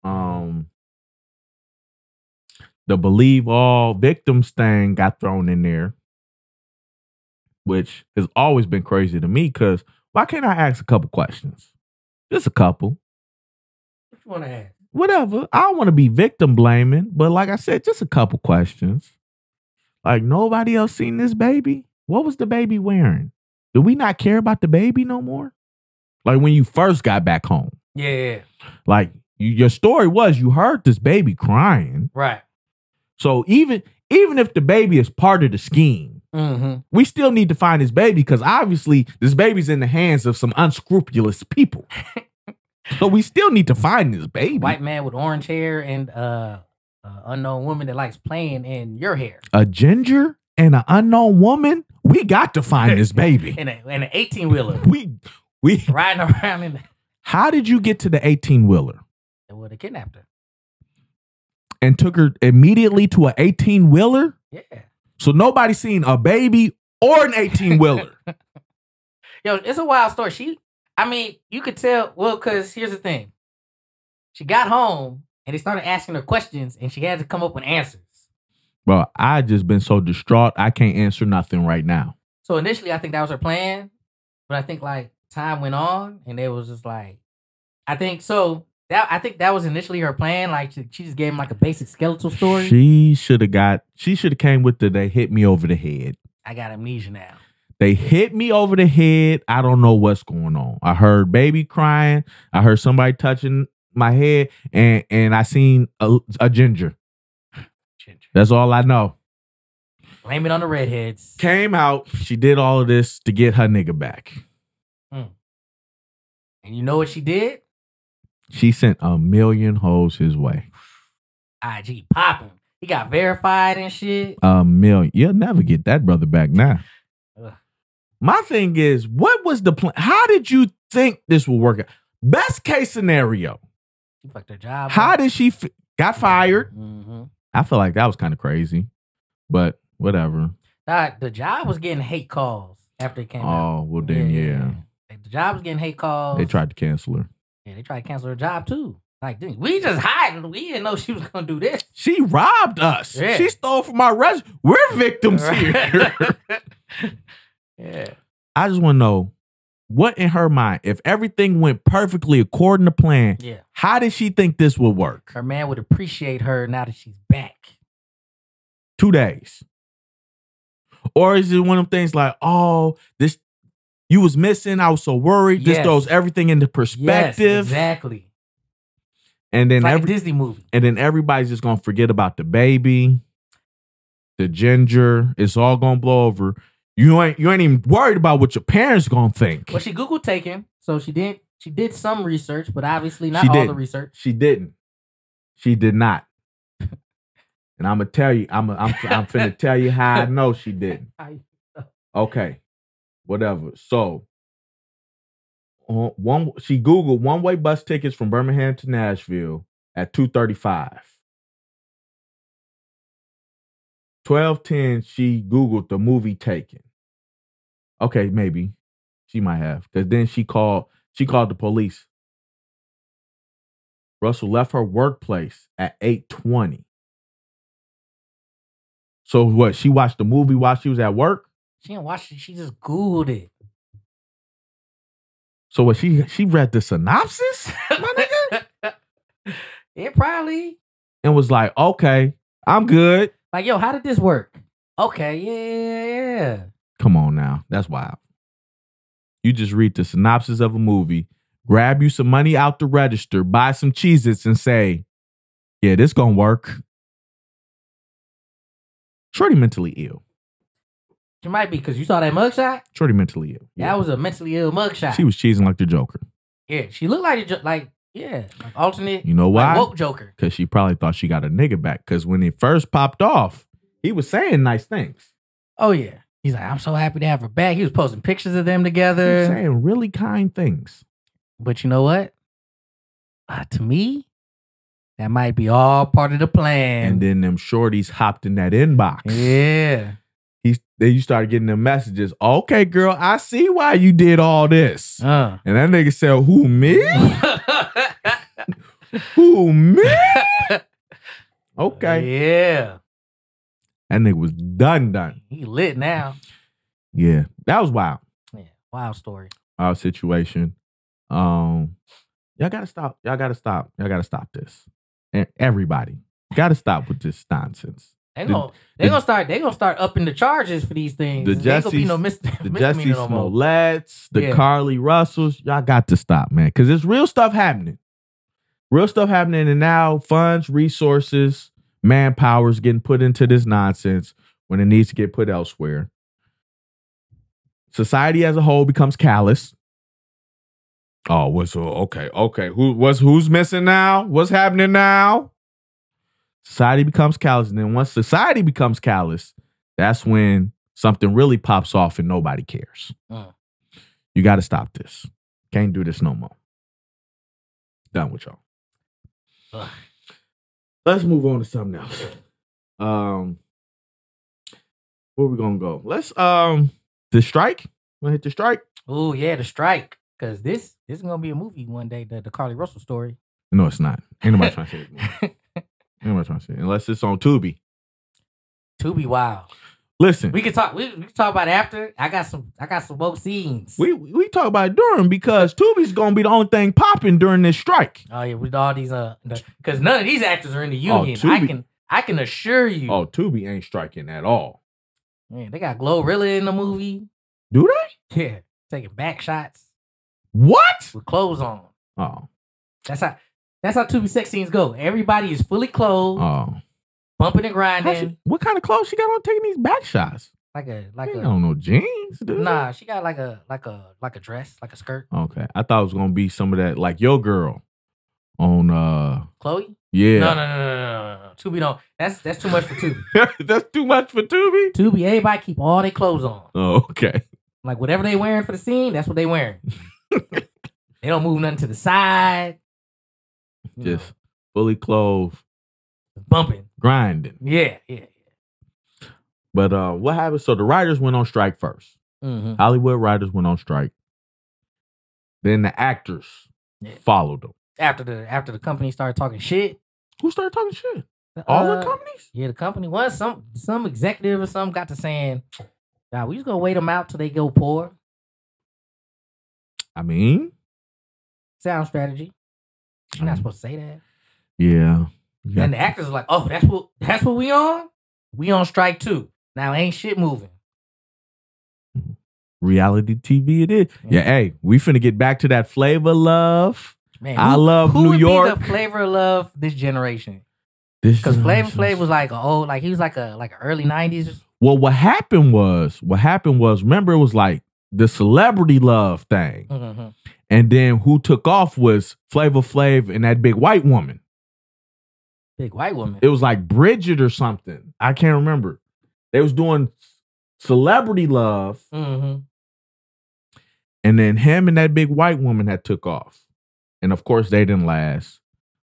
Um the believe all victims thing got thrown in there, which has always been crazy to me because why can't I ask a couple questions? Just a couple. what you wanna ask? Whatever. I don't want to be victim blaming, but like I said, just a couple questions. Like nobody else seen this baby? What was the baby wearing? Do we not care about the baby no more? Like when you first got back home. Yeah, yeah. Like you, your story was you heard this baby crying. Right. So even even if the baby is part of the scheme, Mm-hmm. we still need to find this baby because obviously this baby's in the hands of some unscrupulous people. so we still need to find this baby. White man with orange hair and uh, uh unknown woman that likes playing in your hair. A ginger and an unknown woman. We got to find this baby. And a and an eighteen wheeler. We we. riding around in How did you get to the eighteen wheeler the, well, they kidnapped her. and took her immediately to an eighteen wheeler? Yeah. So nobody seen a baby or an eighteen wheeler. Yo, it's a wild story. She, I mean, you could tell, well, because here's the thing. She got home and they started asking her questions and she had to come up with answers. Bro, I just been so distraught. I can't answer nothing right now. So initially, I think that was her plan. But I think like time went on and it was just like, I think so. That I think that was initially her plan. Like she, she just gave him like a basic skeletal story. She should have got. She should have came with the. They hit me over the head. I got amnesia now. They hit me over the head. I don't know what's going on. I heard baby crying. I heard somebody touching my head, and and I seen a, a ginger. Ginger. That's all I know. Blame it on the redheads. Came out. She did all of this to get her nigga back. And you know what she did? She sent a million hoes his way. IG popping. He got verified and shit. A million. You'll never get that brother back now. Ugh. My thing is, what was the plan? How did you think this would work out? Best case scenario. She fucked her job. How did she f- got fired? Mm-hmm. I feel like that was kind of crazy, but whatever. That the job was getting hate calls after it came out. Oh, well then, yeah. Like, The job was getting hate calls. They tried to cancel her. Yeah, they tried to cancel her job too. Like, dude, we just hired. We didn't know she was gonna do this. She robbed us. Yeah. She stole from our rest. We're victims here. yeah. I just want to know what in her mind, if everything went perfectly according to plan, Yeah. how did she think this would work? Her man would appreciate her now that she's back. Two days. Or is it one of them things like, oh, this you was missing, I was so worried. This Yes. throws everything into perspective. Yes, exactly. And then It's like every a Disney movie. and then everybody's just gonna forget about the baby, the ginger. It's all gonna blow over. You ain't you ain't even worried about what your parents gonna think. Well, she Google taken, so she did. She did some research, but obviously not She all the didn't. research. She didn't. She did not. And I'm gonna tell you, I'm I'm I'm finna tell you how I know she didn't. I- Okay, whatever. So, on one she googled one way bus tickets from Birmingham to Nashville at two thirty five. Twelve ten, she googled the movie Taken. Okay, maybe she might have, because then she called she called the police. Russell left her workplace at 8:20. So what? She watched the movie while she was at work? She didn't watch it. She just Googled it. So what she she read the synopsis my nigga, it probably and was like, "Okay, I'm good." like yo. How did this work? Okay, yeah, yeah, yeah. Come on now. That's wild. You just read the synopsis of a movie, grab you some money out the register, buy some Cheez-Its and say, "Yeah, this going to work." Shorty mentally ill. She might be because you saw that mugshot. Shorty mentally ill. That was a mentally ill mugshot. She was cheesing like the Joker. yeah, she looked like a jo- like yeah, like alternate You know like why? woke Joker. Because she probably thought she got a nigga back. Because when it first popped off, he was saying nice things. Oh yeah. He's like, I'm so happy to have her back. He was posting pictures of them He was together. saying really kind things. But you know what? Uh, to me, that might be all part of the plan. And then them shorties hopped in that inbox. yeah. He, then you started getting them messages. Okay, girl, I see why you did all this. Uh. And that nigga said, Who, me? Who, me? Okay. Yeah. That nigga was done, done. He lit now. Yeah. That was wild. Yeah. Wild story. our situation. Um, y'all gotta stop. Y'all gotta stop. Y'all gotta stop this. And everybody gotta stop with this nonsense. They The- gonna they the- gonna start they gonna start upping the charges for these things. The They ain't gonna be Jesse's- no mis- The Jesse misdemeanor no more. Smollett's, the Yeah. Carly Russells, y'all got to stop, man, because it's real stuff happening. Real stuff happening, and now funds, resources, manpower is getting put into this nonsense when it needs to get put elsewhere. Society as a whole becomes callous. Oh, what's oh, okay? Okay, who what's who's missing now? What's happening now? Society becomes callous, and then once society becomes callous, that's when something really pops off and nobody cares. Mm. You got to stop this. Can't do this no more. Done with y'all. Ugh. Let's move on to something else. Um, where we gonna go? Let's um the strike. Wanna hit the strike? Ooh, yeah, the strike. Cause this this is gonna be a movie one day, the, the Carly Russell story. No, it's not. Ain't nobody trying to say it. Ain't nobody trying to say it. Unless it's on Tubi. to be wild. Listen, We can talk we, we can talk about it after. I got some I got some woke scenes. we we talk about it during because Tubi's gonna be the only thing popping during this strike. oh yeah, with all these uh because none of these actors are in the union. Oh, to I be- can I can assure you. Oh, Tubi ain't striking at all. Man, they got Glorilla in the movie. Do they? Yeah. Taking back shots What? with clothes on. Oh, That's how that's how Tubi sex scenes go. Everybody is fully clothed, oh. bumping How and grinding. she- what kind of clothes she got on taking these back shots? like a I like ain't a on no jeans, dude. nah, she got like a like a like a dress, like a skirt. Okay. I thought it was gonna be some of that, like your girl on uh Chloe? yeah. No, no, no, no, no, no, no. Tubi don't. That's that's too much for Tubi. That's too much for Tubi. Tubi, everybody keep all their clothes on. Oh, okay. Like whatever they wearing for the scene, that's what they wearing. they don't move nothing to the side. You know, Just fully clothed, bumping. grinding. Yeah, yeah. But uh, what happened? So the writers went on strike first. Mm-hmm. Hollywood writers went on strike. Then the actors Yeah. followed them. After the after the company started talking shit, Who started talking shit? All uh, the companies? Yeah, the company was some some executive or something got to saying, "Nah, we just gonna wait them out till they go poor." I mean, Sound strategy. You're not Mhm. supposed to say that. yeah. You got- And the actors were like, "Oh, that's what that's what we on. We on strike too. Now ain't shit moving." reality TV it is. Yeah. Yeah, hey, we finna get back to that flavor love. Man, I who- love who New would York. Mm-hmm. Be the flavor of love this generation This because Flavor generation- Flav was like a old, like he was like a like a early nineties. Well, what happened was, what happened was, remember it was like the celebrity love thing. Mm-hmm. And then who took off was Flavor Flav and that big white woman. Big white woman. It was like Bridget or something. I can't remember. They was doing celebrity love. Mm-hmm. And then him and that big white woman had took off. And of course they didn't last.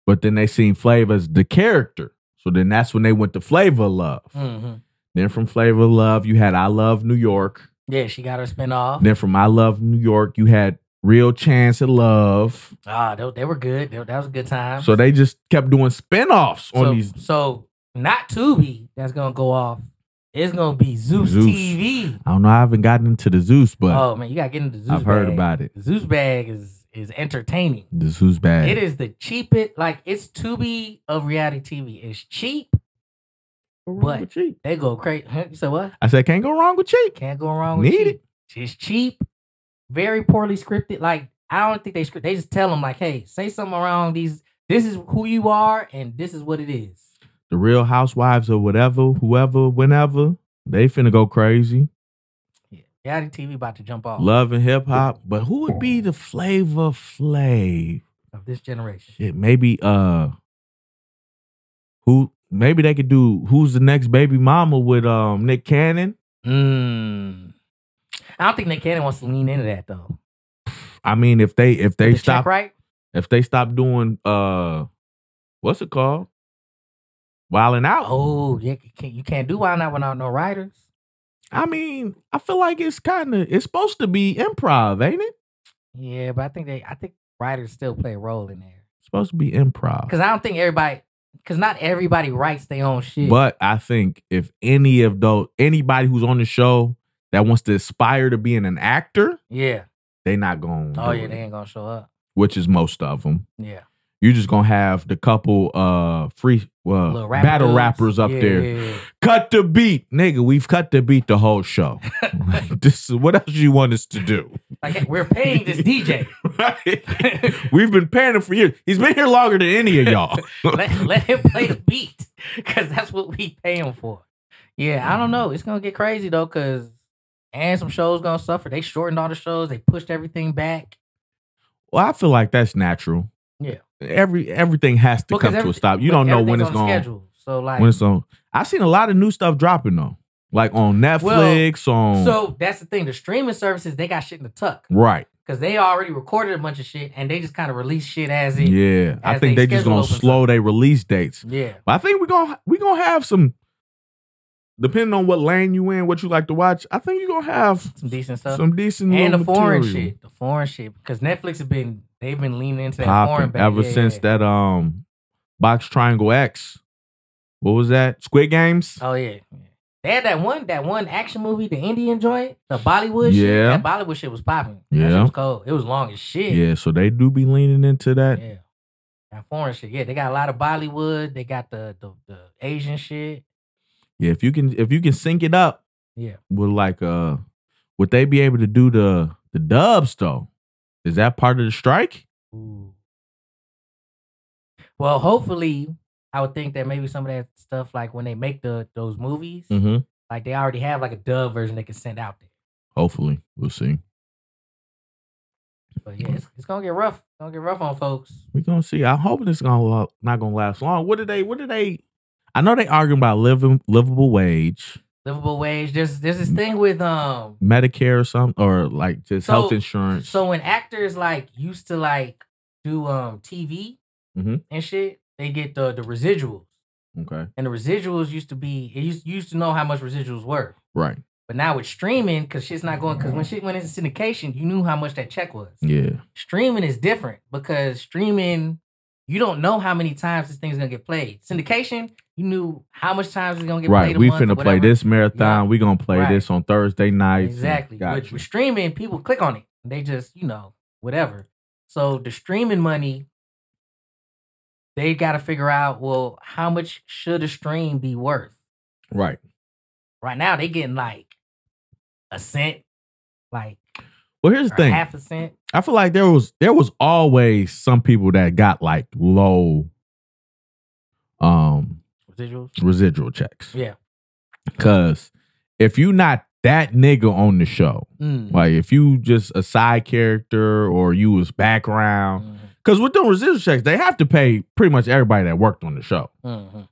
But then they seen Flav as the character. So then that's when they went to Flavor Love. Mm-hmm. Then from Flavor Love, you had I Love New York. Yeah, she got her spinoff. Then from I Love New York, you had Real Chance at Love. Ah, they, they were good. They- that was a good time. So they just kept doing spinoffs on Uh-huh. so, these. so not Tubi that's gonna go off. It's gonna be Zeus, Zeus. TV. I don't know. I haven't gotten into the Zeus, but oh man, you gotta get into Zeus. I've heard bag. about it. Zeus bag is is entertaining. The Zeus bad. It is the cheapest, like it's Tubi of reality TV. It's cheap. Go wrong but- with cheap. They go crazy. You said what? I said, can't go wrong with cheap. Can't go wrong with Need cheap. It's cheap, very poorly scripted. Like I don't think they script. They just tell them like, hey, say something around these. This is who you are, and this is what it is. The Real Housewives or whatever, whoever, whenever, they finna go crazy. Yeah. Reality TV about to jump off Love and hip hop. But who would be the Flavor Flav? of this generation. Shit, maybe uh, who? Maybe they could do who's the next baby mama with um Nick Cannon. Mm. I don't think Nick Cannon wants to lean into that though. I mean, if they if they The check stop right. if they stop doing uh, what's it called? Wilding out. Oh, yeah, you can't, you can't do why not without no writers. I mean, I feel like it's kind of it's supposed to be improv, ain't it? Yeah, but I think they, I think writers still play a role in there supposed to be improv. because I don't think everybody, because not everybody writes their own shit. But I think if any of those anybody who's on the show that wants to aspire to being an actor, yeah, they not going. oh yeah, they ain't gonna show up. which is most of them. Yeah, You're just gonna have the couple uh free uh, Little rapper battle dudes. rappers up Yeah, there. yeah, Cut the beat, nigga. We've cut the beat the whole show. yeah. Like, this is what else you want us to do? like hey, we're paying this DJ. Right? We've been paying him for years. He's been here longer than any of y'all. let, let him play the beat because that's what we pay him for. Yeah, I don't know. It's gonna get crazy though, cause and some shows gonna suffer. They shortened all the shows. They pushed everything back. Well, I feel like that's natural. Yeah. Every everything has to Well, 'cause come to a every- stop. You but don't know when everything's it's on going schedule. So like, when it's on. I've seen a lot of new stuff dropping though. Like on Netflix, on so that's the thing. The streaming services they got shit in the tuck Right. because they already recorded a bunch of shit and they just kind of release shit as it. Yeah. Yeah. I as think they they just schedule gonna opens slow their release dates. But I think we're gonna we gonna have some depending on what lane you in, what you like to watch, I think you're gonna have some decent stuff some decent and the little foreign material shit. The foreign shit because Netflix has been they've been leaning into that foreign popping bag. ever Yeah, yeah, since yeah. that um box triangle X. What was that? Squid Games? Oh yeah. They had that one, that one action movie, the Indian joint, the Bollywood Yeah. shit. That Bollywood shit was popping. That shit Yeah. was cold. It was long as shit. yeah, so they do be leaning into that. Yeah. That foreign shit. Yeah, they got a lot of Bollywood. They got the the, the Asian shit. Yeah, if you can if you can sync it up Yeah. with like uh would they be able to do the the dubs though? Is that part of the strike? Ooh. Well, hopefully, I would think that maybe some of that stuff, like when they make the those movies, Mm-hmm. like they already have like a dub version they can send out there. Hopefully. We'll see. But yeah, it's, it's gonna get rough. It's gonna get rough on folks. We're gonna see. I hope this gonna lo- not gonna last long. What did they what did they I know they arguing about living livable wage, Livable wage. There's there's this thing with um Medicare or something, or like just So- health insurance. So when actors like used to like do um TV Mhm. and shit, they get the the residuals. Okay. And the residuals used to be it used, you used to know how much residuals were. Right. But now with streaming, cause shit's not going cause when shit went into syndication, you knew how much that check was. Yeah. Streaming is different because streaming, you don't know how many times this thing's gonna get played. Syndication, you knew how much times it's gonna get Right. played. a We month or finna play whatever. this marathon. We gonna play Right. this on Thursday nights. Exactly. Got With, with streaming, people click on it. They just, you know, whatever. So the streaming money, they got to figure out, well, how much should a stream be worth? Right. Right now, they getting like a cent, like Well, here's the or thing. half a cent. I feel like there was there was always some people that got like low um Residuals. residual checks. Yeah. Cause if you not that nigga on the show, Mm. like if you just a side character or you was background, Mhm. because with them residual checks, they have to pay pretty much everybody that worked on the show. Mhm.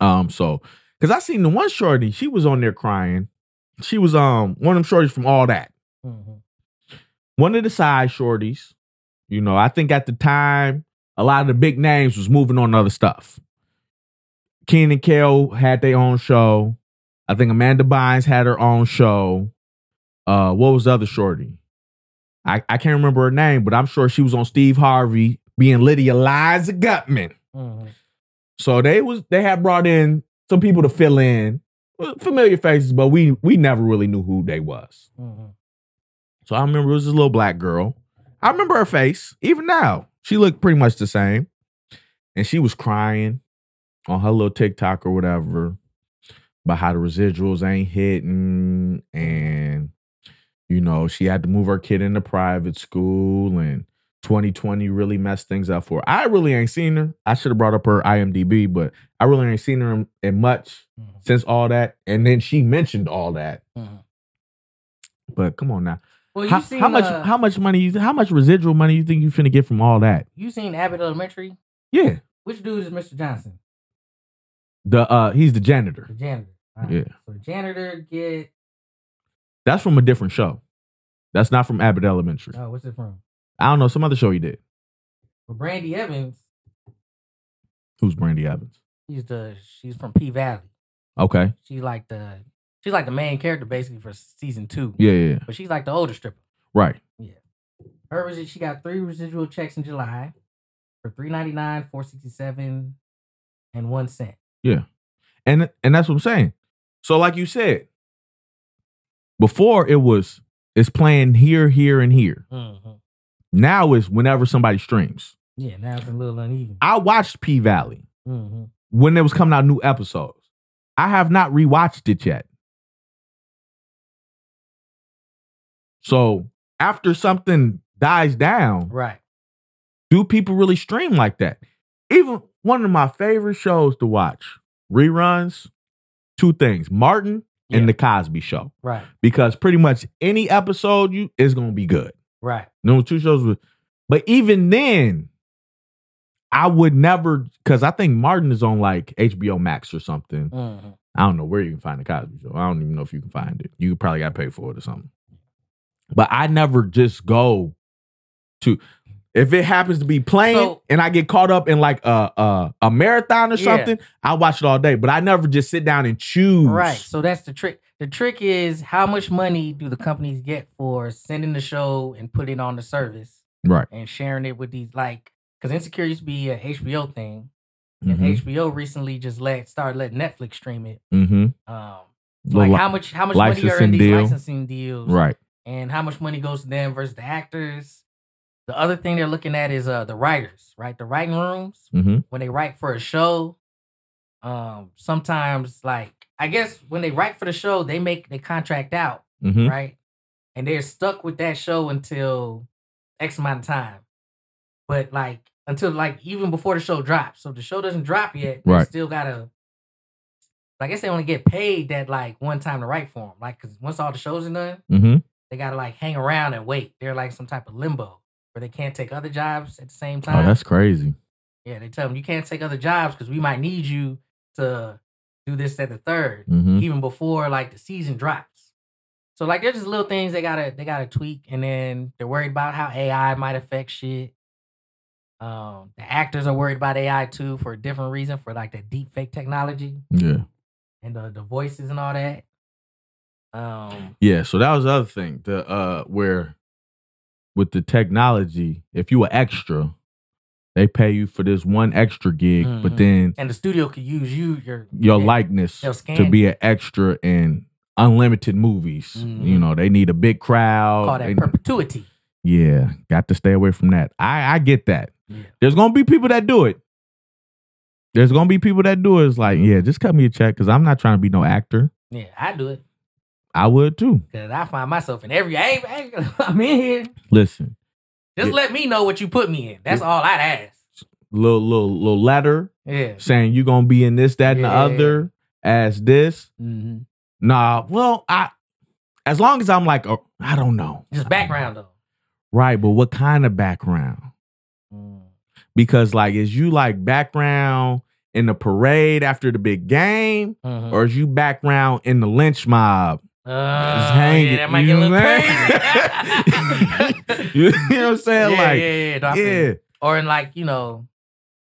Um, so because I seen the one shorty, she was on there crying. She was um one of them shorties from all that. Mhm. one of the side shorties. You know, I think at the time a lot of the big names was moving on to other stuff. Ken and Kel had their own show. I think Amanda Bynes had her own show. Uh, what was the other shorty? I, I can't remember her name, but I'm sure she was on Steve Harvey being Lydia Liza Gutman. Mhm. So they was they had brought in some people to fill in uh, familiar faces, but we we never really knew who they was. Mhm. So I remember it was this little black girl. I remember her face, even now. She looked pretty much the same. And she was crying on her little TikTok or whatever about how the residuals ain't hitting. And, you know, she had to move her kid into private school and 2020 really messed things up for her. I really ain't seen her. I should have brought up her IMDb, but I really ain't seen her in, in much Mhm. since all that. And then she mentioned all that. Mhm. But come on now Well, you mm-hmm. how, seen how much uh, how much money you, how much residual money you think you finna get from all that? you seen Abbott Elementary? Yeah. Which dude is Mr. Johnson? The uh he's the The janitor. janitor. All Yeah. So the janitor get That's from a different show. That's not from Abbott Elementary. oh, what's it from? I don't know, some other show he did. But Brandy Evans, Who's Brandy Evans? she's the she's from P Valley. Okay. She's like the she's like the main character basically for season two. Yeah, yeah, yeah. But she's like the older stripper. Right. Her resi- she got three residual checks in July for three ninety nine, four sixty seven, and one cent. And and that's what I'm saying. So like you said, before it was it's playing here, here, and here. Mm-hmm. Now it's whenever somebody streams. Yeah, now it's a little uneven. I watched P Valley Mm-hmm. when it was coming out new episodes. I have not rewatched it yet. So after something dies down, Right. do people really stream like that? Even one of my favorite shows to watch, reruns, two things, Martin Yeah. and the Cosby show. Right. Because pretty much any episode you is gonna be good. Right. No two shows with but even then, I would never because I think Martin is on like HBO Max or something. Mm-hmm. I don't know where you can find the Cosby Show. I don't even know if you can find it. You probably got to pay for it or something. But I never just go to if it happens to be playing So- and I get caught up in like a a, a marathon or Yeah. something. I watch it all day, but I never just sit down and choose. Right. So that's the trick. The trick is how much money do the companies get for sending the show and putting it on the service Right. and sharing it with these like because Insecure used to be a HBO thing. Mm-hmm. and HBO recently just let started letting Netflix stream it. hmm Um, like how much how much money are licensing in these deal. licensing deals, Right. and how much money goes to them versus the actors. The other thing they're looking at is uh the writers, right? The writing rooms hmm when they write for a show. Um, sometimes like I guess when they write for the show, they make they contract out, hmm right? And they're stuck with that show until X amount of time. But like until like even before the show drops. So if the show doesn't drop yet, they Right. still gotta I guess they only get paid that like one time to write for them. Like cause once all the shows are done, hmm they gotta like hang around and wait. They're like some type of limbo where they can't take other jobs at the same Oh, time. that's crazy. yeah, they tell them you can't take other jobs because we might need you to do this at the 3rd hmm even before like the season drops. So like there's just little things they gotta they gotta tweak, and then they're worried about how AI might affect shit. Um, the actors are worried about AI too for a different reason, for like the deep fake technology Yeah. and the, the voices and all that. Um, Yeah, so that was the other thing. The uh where with the technology, if you were extra, they pay you for this one extra gig, Mhm. but then and the studio could use you your your yeah, likeness they'll scan to be an extra in unlimited movies. You Mhm. know, they need a big crowd. call that They- perpetuity. yeah, got to stay away from that. I I get that. Yeah. There's gonna be people that do it. There's gonna be people that do it. It's like, yeah, just cut me a check because I'm not trying to be no actor. Yeah, I do it I would too. because I find myself in every. I ain't, I ain't, I'm in here. Listen, Just Yeah. let me know what you put me in. That's all I'd ask. little little little letter Yeah. saying you gonna be in this, that, and the Yeah. other as this. Mm-hmm. Nah, well, I as long as I'm like, oh, I don't know, Just background though. right? But what kind of background? Mm-hmm. Because like, is you like background in the parade after the big game, Mhm. or is you background in the lynch mob? Uh, Just hang yeah, it, that might you get a little know what crazy. I'm saying? you know what I'm yeah, saying? yeah, like, yeah, yeah, no, I feel you. yeah, Or in like you know,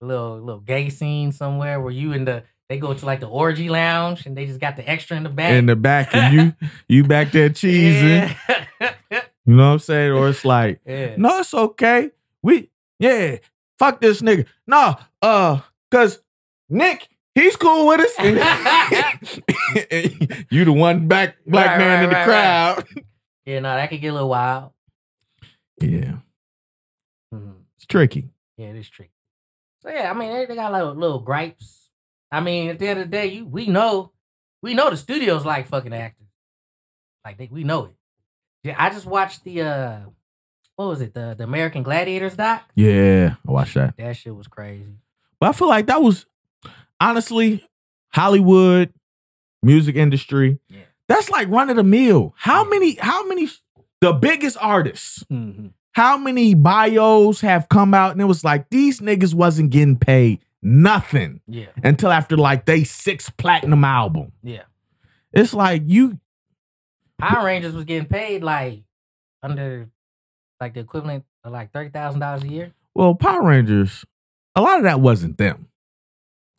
a little little gay scene somewhere where you in the they go to like the orgy lounge and they just got the extra in the back. in the back, and you you back there cheesing. Yeah. You know what I'm saying? Or it's like. yeah. No, it's okay. We yeah, fuck this nigga. No, uh, cause Nick, he's cool with us. you the one back black Right, man right, in the right, crowd. Yeah, no, that could get a little wild. Yeah, Mhm. it's tricky. Yeah, it is tricky. So yeah, I mean they, they got little little gripes. I mean, at the end of the day, you we know we know the studios like fucking actors. Like they we know it. Yeah, I just watched the uh what was it, the the American Gladiators doc? Yeah, I watch that. That shit was crazy. But I feel like that was honestly Hollywood music industry. Yeah. That's like run of the mill. How many? How many? The biggest artists. how many bios have come out and it was like these niggas wasn't getting paid nothing Yeah, until after like they sixth platinum album. yeah. It's like you Power Rangers was getting paid like under like the equivalent of like thirty thousand dollars a year. well Power Rangers, a lot of that wasn't them.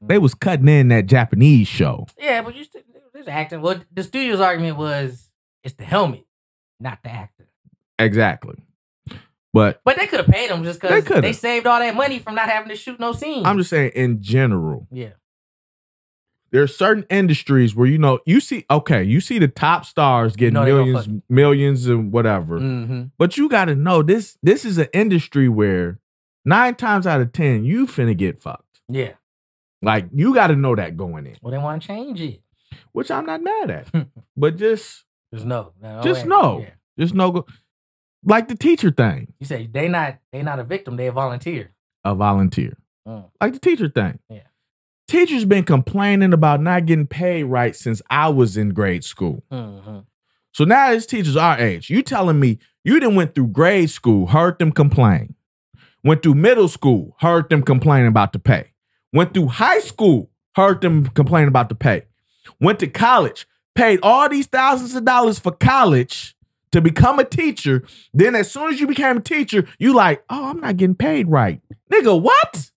They was cutting in that Japanese show. Yeah, but you still there's acting. Well, the studio's argument was it's the helmet, not the actor. Exactly. But But they could have paid them just because They coulda. they, saved all that money from not having to shoot no scene. I'm just saying in general, yeah, there's certain industries where you know you see okay, you see the top stars getting know they gonna millions millions and whatever. mm-hmm. But you gotta know this this is an industry where nine times out of ten you finna get fucked. yeah. Like you gotta know that going in, Well, they want to change it. which I'm not mad at. but just Just no, no Just way. no. Yeah. just no go like the teacher thing, You say they not they not a victim. They a volunteer. a volunteer. Mm. Like the teacher thing. Yeah. Teachers been complaining about not getting paid right since I was in grade school. Mm-hmm. So now it's teachers our age. You telling me you didn't went through grade school, heard them complain. Went through middle school, heard them complain about the pay. Went through high school, heard them complain about the pay. Went to college, paid all these thousands of dollars for college to become a teacher. Then as soon as you became a teacher, you like, oh, I'm not getting paid right. Nigga, what?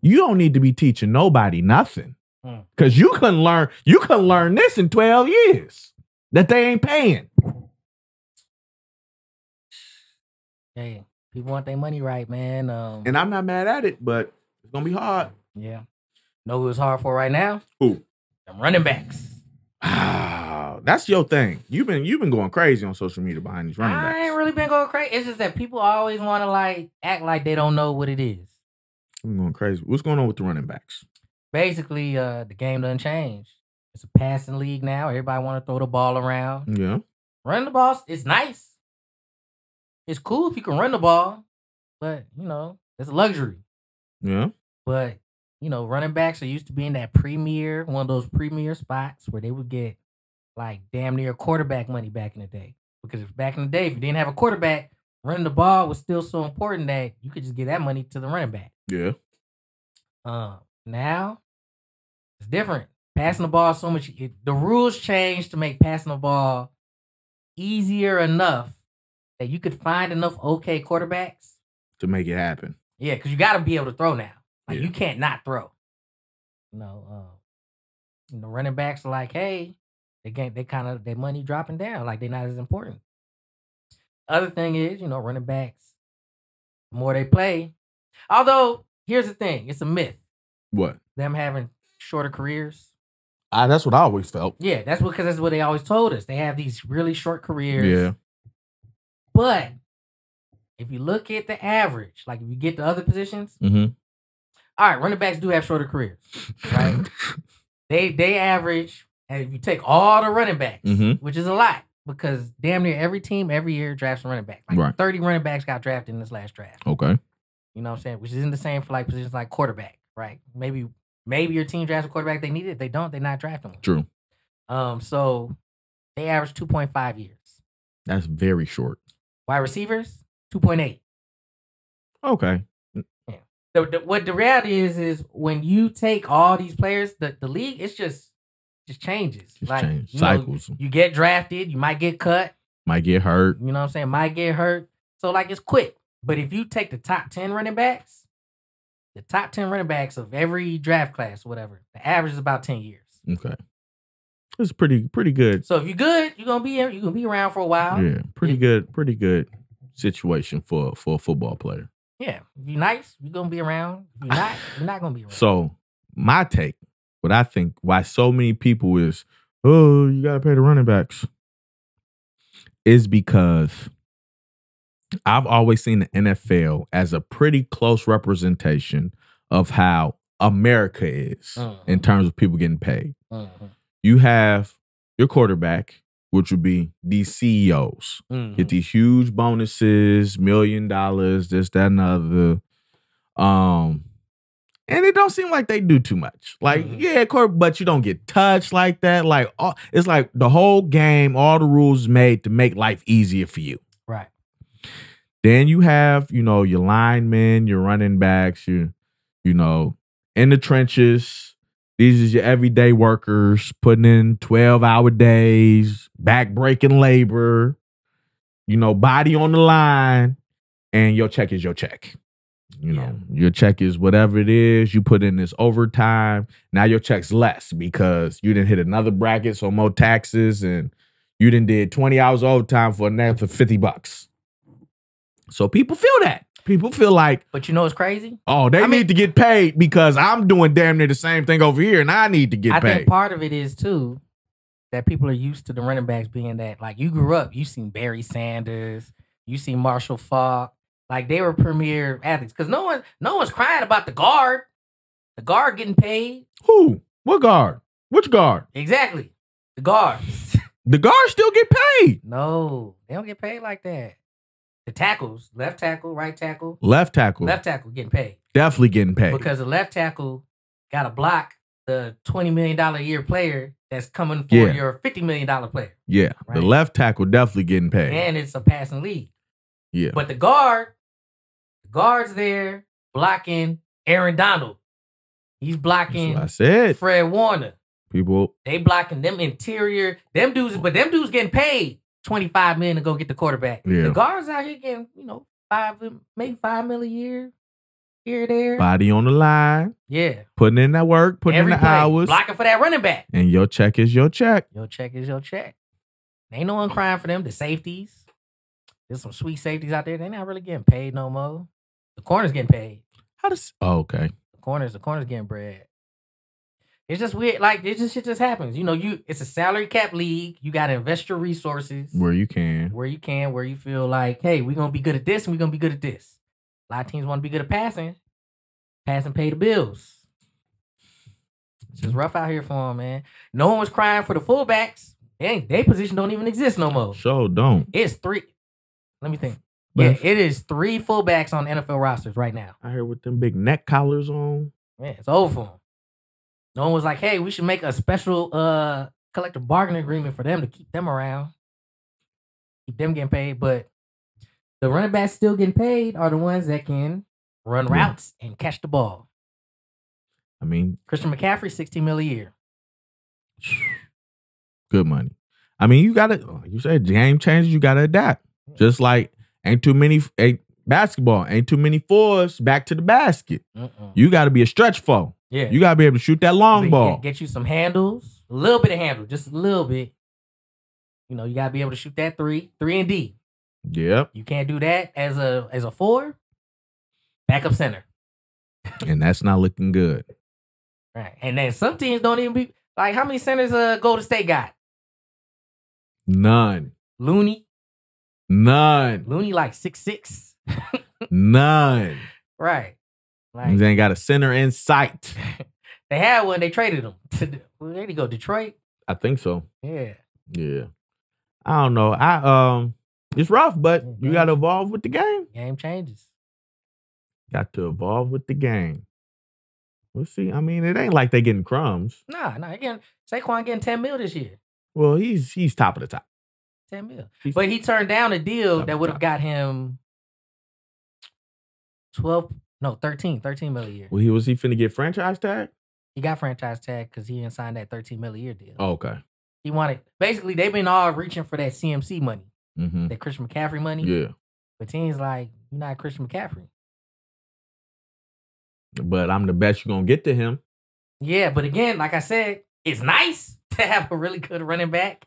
You don't need to be teaching nobody nothing. Mm. Cause you couldn't learn, you couldn't learn this in 12 years. That they ain't paying. Hey, people want their money right, man. Um, And I'm not mad at it, but it's gonna be hard. yeah. Know who it's hard for right now? Who? Them running backs. Ah, that's your thing. You've been you've been going crazy on social media behind these running backs. I ain't really been going crazy. It's just that people always want to like act like they don't know what it is. I'm going crazy. What's going on with the running backs? Basically, uh, the game doesn't change. It's a passing league now. Everybody want to throw the ball around. Yeah. Run the ball. It's nice. It's cool if you can run the ball, but you know it's a luxury. Yeah. But you know running backs are used to being that premier, one of those premier spots where they would get like damn near quarterback money back in the day. Because if back in the day, if you didn't have a quarterback, running the ball was still so important that you could just give that money to the running back. Yeah. Um, now it's different. Passing the ball is so much. It, the rules changed to make passing the ball easier enough that you could find enough okay quarterbacks to make it happen. Yeah, because you got to be able to throw now. Like Yeah. you can't not throw. You know, um, and the running backs are like, hey, they can they kind of their money dropping down. Like they're not as important. Other thing is, you know, running backs, the more they play. Although here's the thing, it's a myth What? them having shorter careers. I, that's what I always felt. Yeah, that's because that's what they always told us. They have these really short careers. Yeah. But if you look at the average, like if you get the other positions, Mm-hmm. all right, running backs do have shorter careers. Right. They they average, and if you take all the running backs, Mhm. which is a lot, because damn near every team every year drafts a running back. Like Right. 30 running backs got drafted in this last draft. okay. You know what I'm saying? Which isn't the same for like positions like quarterback, right? Maybe maybe your team drafts a quarterback they need it. If They don't, they're not drafting one. True. Um, so they average 2.5 years. That's very short. Wide receivers, 2.8. Okay. The, the, what the reality is is when you take all these players, the, the league, it's just just changes. Just like change. you know, Cycles. you get drafted, you might get cut, Might get hurt. you know what I'm saying? Might get hurt. So like it's quick. But if you take the top 10 running backs, the top 10 running backs of every draft class, whatever, the average is about 10 years. Okay. It's pretty pretty good. So if you're good, you're gonna be you're gonna be around for a while. Yeah. Pretty yeah. good. Pretty good situation for for a football player. Yeah. If you're nice, you're gonna be around. If you're not, you're not gonna be around. So my take, what I think, why so many people is, oh, you gotta pay the running backs, is because I've always seen the NFL as a pretty close representation of how America is Mhm. in terms of people getting paid. Mhm. You have your quarterback, which would be these E CEOs get Mhm. these huge bonuses, million dollars, this, that, and the other. Um, and it don't seem like they do too much. Like, Mhm. yeah, court, but you don't get touched like that. Like, all, it's like the whole game, all the rules made to make life easier for you. Right. Then you have, you know, your linemen, your running backs, you, you know, in the trenches. These is your everyday workers putting in 12 hour days, back breaking labor, you know, body on the line, and your check is your check. You know, Yeah. your check is whatever it is. You put in this overtime. Now your check's less because you didn't hit another bracket, so more taxes, and you didn't did 20 hours overtime for an extra 50 bucks. So people feel that. People feel like, But you know what's crazy? oh, they I need mean- to get paid because I'm doing damn near the same thing over here and I need to get I paid. think part of it is too that people are used to the running backs being that like you grew up, you seen Barry Sanders, you seen Marshall Falk, like they were premier athletes. Cause no one no one's crying about the guard. The guard getting paid. Who? What guard? Which guard? Exactly. The guards. The guards still get paid. no, they don't get paid like that. The tackles, left tackle, right tackle, Left tackle. left tackle getting paid. Definitely getting paid. Because the left tackle gotta block the twenty million dollar a year player that's coming for Yeah. your fifty million dollar player. yeah. Right. The left tackle definitely getting paid. and it's a passing league. yeah. But the guard, the guard's there blocking Aaron Donald. He's That's what I blocking said. Fred Warner. People. They blocking them interior. Them dudes, but them dudes getting paid twenty five million to go get the quarterback. Yeah. The guards out here getting you know five, maybe five million a year, here or there. Body on the line. Yeah, Putting in that work. Putting in the play, hours. blocking for that running back. And your check is your check. Your check is your check. Ain't no one crying for them. The safeties. There's some sweet safeties out there. They're not really getting paid no more. The corner's getting paid. How does oh, okay. The corners, the corners getting bread. It's just weird. Like it just shit just happens. You know, you it's a salary cap league. You gotta invest your resources Where you can. where you can, where you feel like, hey, we're gonna be good at this and we're gonna be good at this. A lot of teams wanna be good at passing. Passing pay the bills. It's just rough out here for them, man. No one was crying for the fullbacks. Dang, they position don't even exist no more. So don't. It's three. Let me think. Yeah, But it is three fullbacks on NFL rosters right now. I heard with them big neck collars on. Man, it's over for them. No one was like, hey, we should make a special uh collective bargaining agreement for them to keep them around. Keep them getting paid. But the running backs still getting paid are the ones that can run Yeah. routes and catch the ball. I mean, Christian McCaffrey, 16 mil a year. good money. oh, Hmm. I mean, you gotta you said game changes, you gotta adapt. Just like ain't too many ain't Basketball ain't too many fours back to the basket. Mm-mm. You got to be a stretch four. yeah. You got to be able to shoot that We long get- ball. Get, you some handles, a little bit of handle, just a little bit. You know, you gotta be able to shoot that three, three and D. Yep. You can't do that as a as a four. Backup center, And that's not looking good. right? And then some teams don't even be like, how many centers uh Golden State got? None. Looney, None. Looney like six six, None. right? Like They ain't got a center in sight. they had one, they traded him. To, well, there you go, Detroit. I think so. Yeah, Yeah. I don't know. I um it's rough, but you Mhm. gotta evolve with the game. game changes. Got to evolve with the game. We'll see. I mean, it ain't like they getting crumbs. Nah, nah. Again, Saquon getting ten mil this year. Well, he's he's top of the top. Ten mil. He's- But he turned down a deal Top that of would have top. got him 12, no, 13, 13 mil a year. well, he was he finna get franchise tag? He got franchise tag because he didn't sign that 13 mil a year deal. Oh, okay. He wanted, basically, they've been all reaching for that CMC money, Mm-hmm. that Christian McCaffrey money. Yeah. But teams like, you're not Christian McCaffrey. But I'm the best you're gonna get to him. Yeah, but again, like I said, it's nice to have a really good running back.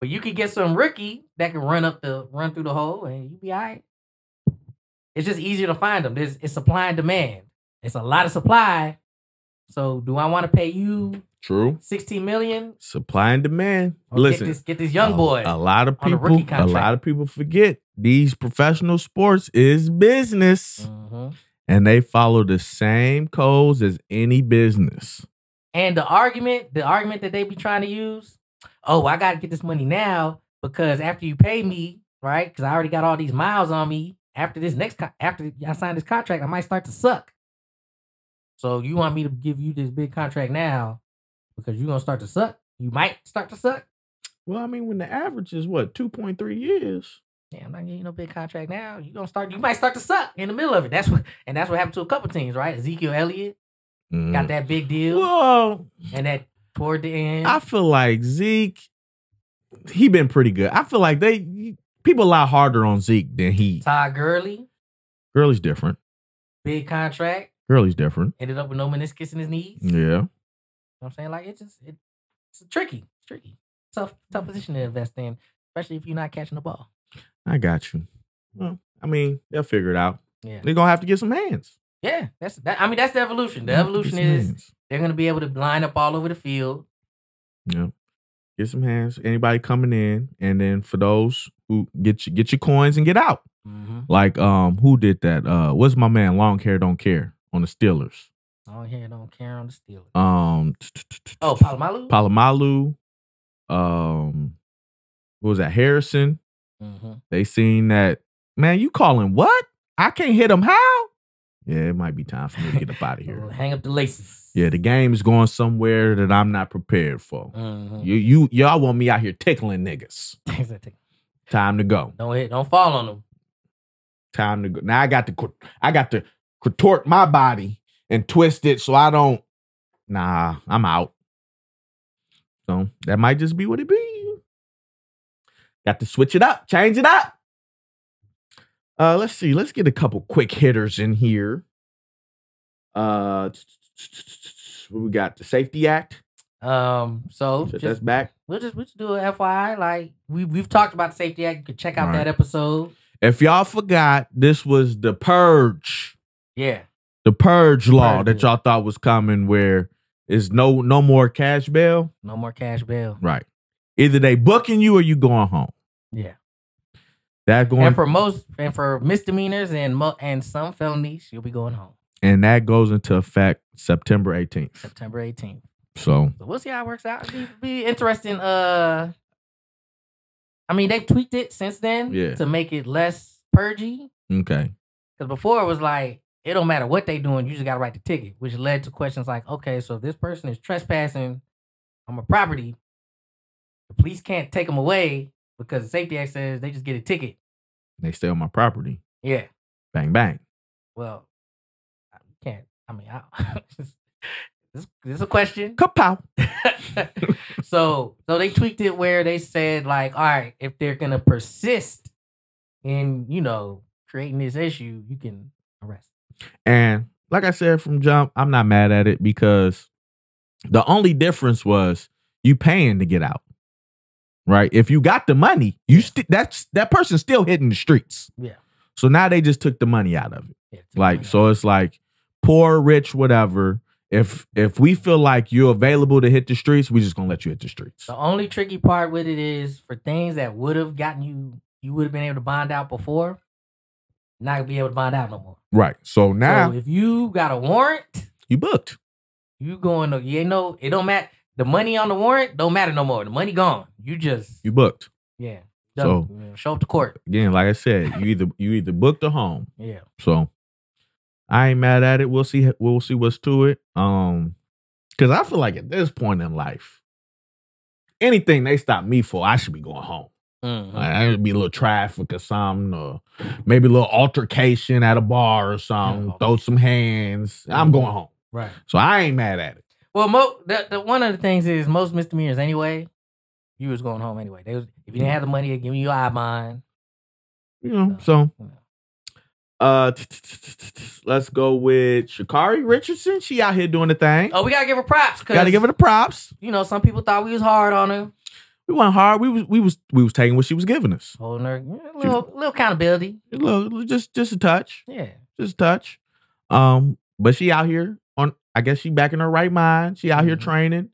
But you could get some rookie that can run up the run through the hole and you be all right. It's just easier to find them. There's it's supply and demand. It's a lot of supply. So do I want to pay you True. 16 million? Supply and demand. Or Listen, get this get this young a- boy. A, lot of on a people, rookie a, contract. lot of people forget these professional sports is business, Mhm. and they follow the same codes as any business. And the argument, the argument that they be trying to use, oh, I gotta get this money now because after you pay me, right? Because I already got all these miles on me. After this next, con- after I sign this contract, I might start to suck. So you want me to give you this big contract now because you're gonna start to suck. You might start to suck. Well, I mean, when the average is what two point three years, Yeah, I'm not getting you no big contract now. You gonna start. You might start to suck in the middle of it. That's what, and that's what happened to a couple teams, right? Ezekiel Elliott Mm. got that big deal, Mm-hmm. Well, and that toward the end, I feel like Zeke, he been pretty good. I feel like they people a lot harder on Zeke than he. Todd Gurley, Girlie's different. big contract. Girlie's different. ended up with no meniscus in his knees. You know Yeah, what I'm saying? Like it's just it, it's tricky. It's tricky. Tough tough position to invest in, especially if you're not catching the ball. I got you. Well, I mean, they'll figure it out. Yeah. They're gonna have to get some hands. Yeah. That's that I mean that's the evolution. The Have to get evolution some is hands. they're gonna be able to line up all over the field. Yeah. Get some hands. Anybody coming in, and then for those who get your, get your coins and get out. Mm-hmm. Like um, who did that? Uh, what's my man? Long hair don't care on the Steelers. Don't hear don't care on the Steelers. Um, Oh, Palomalu? Palomalu. Um, what was that? Harrison. mm-hmm. They seen that man. You calling what? I can't hit him. How? Yeah, it might be time for me to get up out of here. Hang up the laces. Yeah, the game is going somewhere that I'm not prepared for. Mm-hmm. You you y'all want me out here tickling niggas. Time to go. don't hit don't fall on them. time to go. Now I got to cr- I got to contort my body and twist it so I don't. Nah, I'm out. So that might just be what it be. Got to switch it up, change it up. Uh, let's see. Let's get a couple quick hitters in here. Uh, what we got the Safety Act. Um, so Set that's just, back. we'll just we'll just do a FYI. Like we we've talked about the safety act. You can check out Right. that episode. If y'all forgot, this was the purge. Yeah. the purge law Purge that law. y'all thought was coming where is no no more cash bail No more cash bail. right either they booking you or you going home Yeah. that going and for most and for misdemeanors and mo- and some felonies, you'll be going home and that goes into effect september 18th September 18th. so So we'll see how it works out. It'll be, be interesting. Uh, I mean, they've tweaked it since then Yeah. to make it less purgy. okay Because before it was like it don't matter what they doing, you just got to write the ticket, which led to questions like, okay, so if this person is trespassing on my property, the police can't take them away because the safety act says they just get a ticket. they stay on my property Yeah. bang bang Well, I can't. I mean, I, this this is a question. kapow so, so they tweaked it where they said like, all right, if they're gonna persist in you know creating this issue, you can arrest. And like I said from jump, I'm not mad at it because the only difference was you paying to get out. Right? If you got the money, you st- that's that person's still hitting the streets. Yeah. So now they just took the money out of it. Yeah, to Like find out. so it's like poor, rich, whatever. If if we feel like you're available to hit the streets, we just gonna let you hit the streets. The only tricky part with it is for things that would have gotten you, you would have been able to bond out before, not gonna be able to bond out no more. Right. So now So if you got a warrant, you booked. you going to you ain't no it don't matter. The money on the warrant don't matter no more. The money gone. You just You booked. yeah. So- done. Yeah, show up to court. Again, like I said, you either you either booked or home. Yeah. So I ain't mad at it. We'll see. We'll see what's to it. Um, because I feel like at this point in life, anything they stop me for, I should be going home. Mhm. Like, I would be a little traffic or something, or maybe a little altercation at a bar or something. Yeah. Throw some hands. I'm going home. Right. So I ain't mad at it. Well, mo- the, the one of the things is most misdemeanors anyway. You was going home anyway. They was, if you didn't have the money, they giving you eye mine. You know. So. Yeah. Uh, let's go with Shakari Richardson. She out here doing the thing. Oh, we gotta give her props. Got to give her the props. You know, some people thought we was hard on her, We went hard. We was we was we was taking what she was giving us. holding her yeah, a little, little accountability. A little, just just a touch, Yeah. just a touch. Um, but she out here on. I guess she back in her right mind. She out here Mhm. training.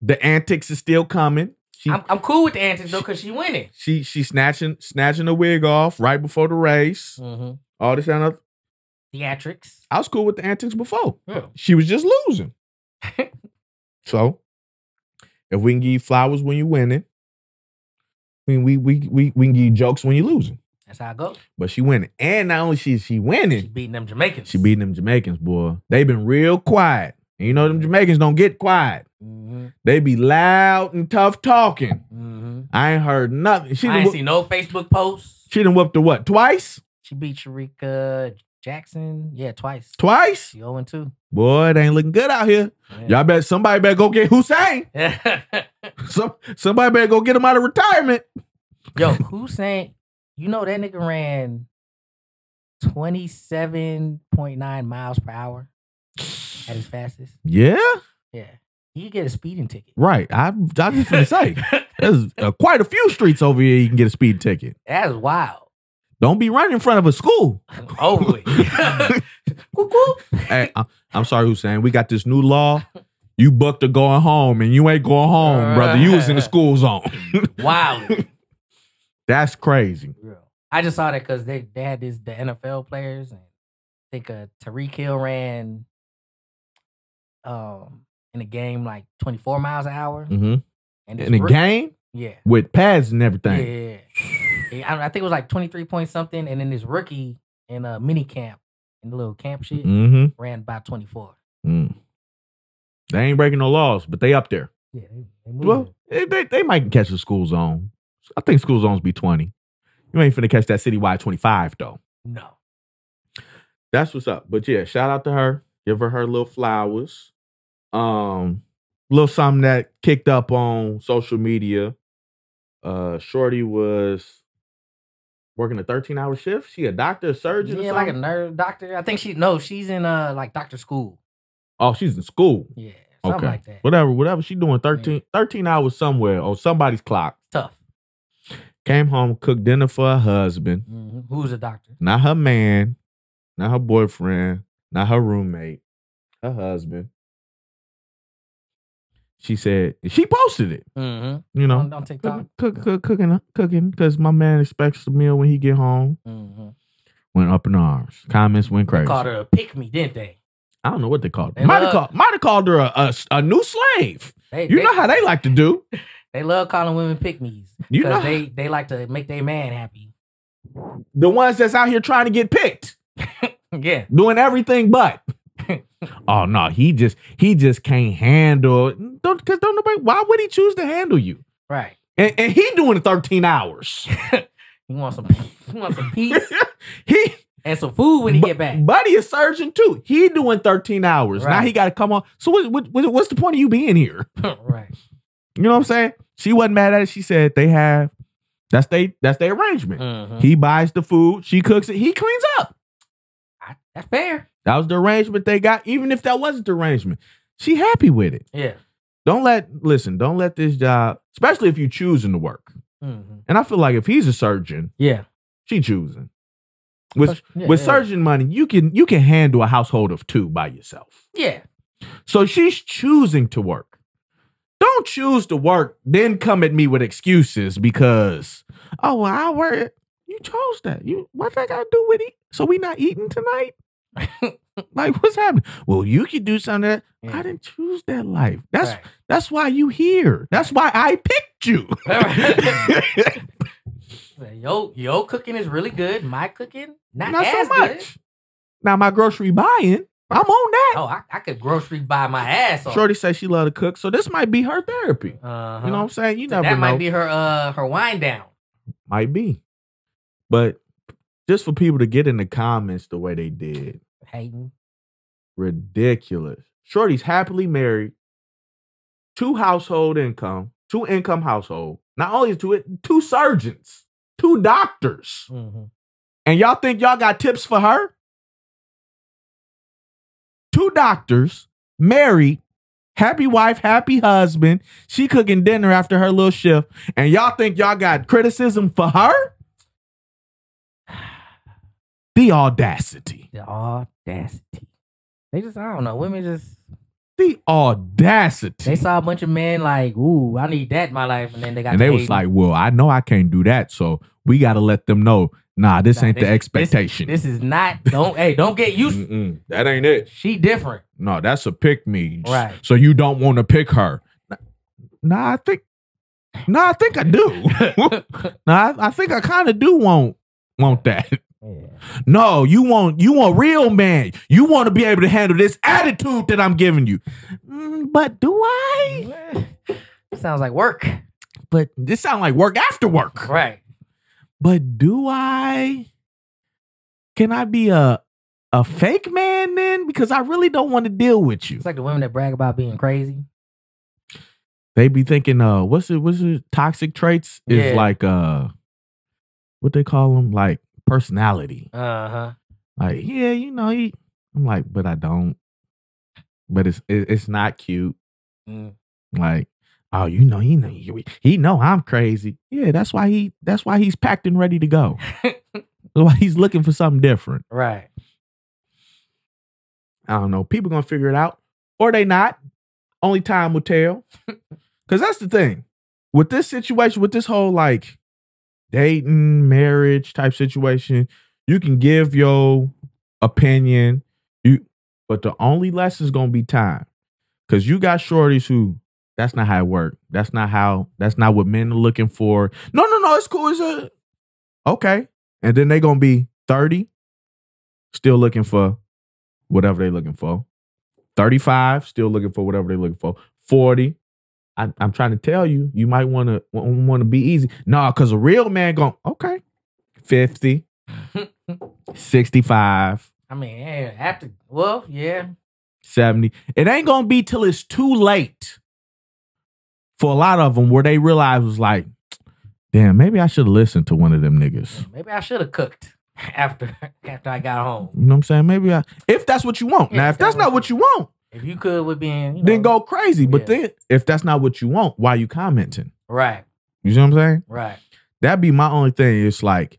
The antics is still coming. She I'm, I'm cool with the antics though, cause she winning. she she snatching snatching the wig off right before the race. Mm-hmm. All this kind of. Theatrics. I was cool with the antics before. Yeah. She was just losing. so, if we can give you flowers when you winning, we we we we, we can give you jokes when you losing. That's how I go. But she winning, and not only she she She winning, beating them Jamaicans. She beating them Jamaicans, boy. They been real quiet. And you know them Jamaicans don't get quiet. Mm-hmm. They be loud and tough talking. Mm-hmm. I ain't heard nothing. She I done, ain't whoop, see no Facebook posts. she done whooped her what? Twice? She beat Sharika Jackson. Yeah, twice. Twice? She 0 and 2. Boy, it ain't looking good out here. Y'all bet somebody better go get Hussein. Some, somebody better go get him out of retirement. Yo, Hussein, you know that nigga ran 27.9 miles per hour at his fastest. Yeah, Yeah. He could get a speeding ticket. right. I, I just finna say, there's uh, quite a few streets over here you can get a speed ticket. that is wild. Don't be running in front of a school. Over with. Hey, I- I'm sorry, Hussein. We got this new law. You bucked are going home, and you ain't going home, brother. You was in the school zone. Wow. That's crazy. Real. I just saw that because they, they had this the NFL players and I think uh, Tariq Hill ran um in a game like 24 miles an hour Mm-hmm. and this In a roo- game yeah with pads and everything. yeah, yeah. I, I think it was like 23 point something and then this rookie in a mini camp in the little camp shit Mm-hmm. Mm. ran about 24 They ain't breaking no laws, but they up there. yeah they, they Well, moved. they, they, they might catch the school zone. I think school zones be 20. You ain't finna catch that citywide 25 though. no That's what's up. But yeah, shout out to her. Give her her little flowers. Um, little something that kicked up on social media. Uh, Shorty was working a 13 hour shift. She a doctor, a surgeon. yeah or like a something? nerve doctor I think she no she's in uh like doctor school oh, she's in school. yeah something like that Whatever, whatever. She doing 13, 13 hours somewhere on somebody's clock. tough Came home, cooked dinner for her husband, hmm who's a doctor not her man, not her boyfriend, not her roommate, her husband. She said she posted it. mm-hmm. You know, on, on TikTok. cook, cook, cook, cooking, cooking, because my man expects a meal when he get home. Mm-hmm. Went up in arms. Comments went They crazy. called her a pick me, didn't they? I don't know what they called. They her. Might have love- called, might have called her a, a, a new slave. They, You they, know how they like to do. they love calling women pick me's You know because they they like to make their man happy. the ones that's out here trying to get picked, yeah, doing everything but. oh no, he just he just can't handle. Don't because don't nobody. Why would he choose to handle you? right. And, and he doing thirteen hours. You want some you want some peace he and some food when he Bu- get back. Buddy is surgeon too. He doing 13 hours. Now Right. he got to come on. So what, what, what- what's the point of you being here? right. You know what I'm saying? She wasn't mad at it. She said they have That's they that's their arrangement. Mhm. He buys the food, she cooks it, he cleans up. I- that's fair. That was the arrangement they got, even if that wasn't the arrangement. She happy with it. Yeah. Don't let listen, don't let this job, especially if you choosing to work. hmm And I feel like if he's a surgeon, Yeah. she choosing. With Yeah, with yeah. surgeon money, you can you can handle a household of two by yourself. Yeah. So she's choosing to work. Don't choose to work, then come at me with excuses because oh well, I work. You chose that. You what that got to do with it? So we not eating tonight? like what's happening? Well, you could do something. That, yeah. I didn't choose that life. That's Right. that's why you here. That's why I picked you. Say, Yo, yo, cooking is really good. My cooking, not, Not as so good. much. Now my grocery buying, I'm on that. Oh, I, I could grocery buy my ass off. Shorty says she love to cook, so this might be her therapy. Oh. Uh-huh. You know what I'm saying? You So never that know. might be her uh her wind down. might be. But just for people to get in the comments the way they did, Hating. ridiculous. Shorty's happily married, two household income, two income household. Not only is two it, two surgeons, two doctors, Mhm. and y'all think y'all got tips for her? Two doctors, married, happy wife, happy husband. She cooking dinner after her little shift, and y'all think y'all got criticism for her? The audacity. The audacity. They just I don't know. Women just The audacity. they saw a bunch of men like, ooh, I need that in my life, and then they got and they to was hating. like, well, I know I can't do that, so we got to let them know, nah, this Nah, ain't this- the this- expectation. this is not. Don't hey, don't get used. Mm-mm, that ain't it. She different. No, that's a pick me. Right. So you don't want to pick her. Nah, I think. Nah, I think I do. nah, I, I think I kind of do want want that. Yeah. No, you want you want real man. You want to be able to handle this attitude that I'm giving you. Mm, but do I? Sounds like work. But this sounds like work after work. Right. But do I? Can I be a a fake man then? Because I really don't want to deal with you. It's like the women that brag about being crazy. they be thinking uh what's it what's it toxic traits is Yeah. like uh what they call them like personality Uh huh. like yeah you know he, i'm like but i don't but it's it, it's not cute Mm, like oh you know he know he, he know i'm crazy yeah that's why he that's why he's packed and ready to go that's why he's looking for something different Right. i don't know people gonna figure it out or they not only time will tell because that's the thing with this situation with this whole like dating marriage type situation you can give your opinion you but the only lesson is gonna be time because you got shorties who that's not how it work that's not how that's not what men are looking for no no no it's cool it's a okay and then they gonna be 30 still looking for whatever they looking for 35 still looking for whatever they looking for 40 I, i'm trying to tell you you might want to want to be easy nah because a real man going okay 50 65 I mean, yeah, after well, yeah, 70 it ain't gonna be till it's too late for a lot of them where they realize was like damn maybe i should listen to one of them niggas maybe I should have cooked after after I got home. you know what i'm saying maybe i if that's what you want Yeah, now if if that's that's not what what you want If you could with being, you know, then go crazy but Yeah. then if that's not what you want why you commenting Right, you see what i'm saying right. that'd be my only thing. It's like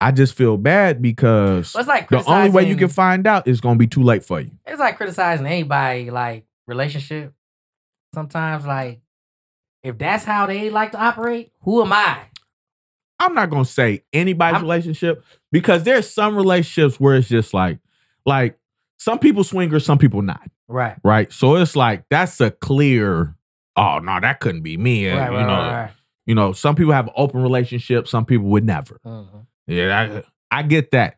I just feel bad because Well, it's like the only way you criticizing- can find out is gonna be too late for you. It's like criticizing anybody like relationship. Sometimes like if that's how they like to operate, who am I? I'm not gonna say anybody's I'm- relationship because there's some relationships where it's just like, like some people swingers, some people not, Right. right? So it's like that's a clear. Oh no, that couldn't be me. and, right, you right, know, right, you know, some people have open relationships, some people would never. right. Mhm. Yeah, I, I get that.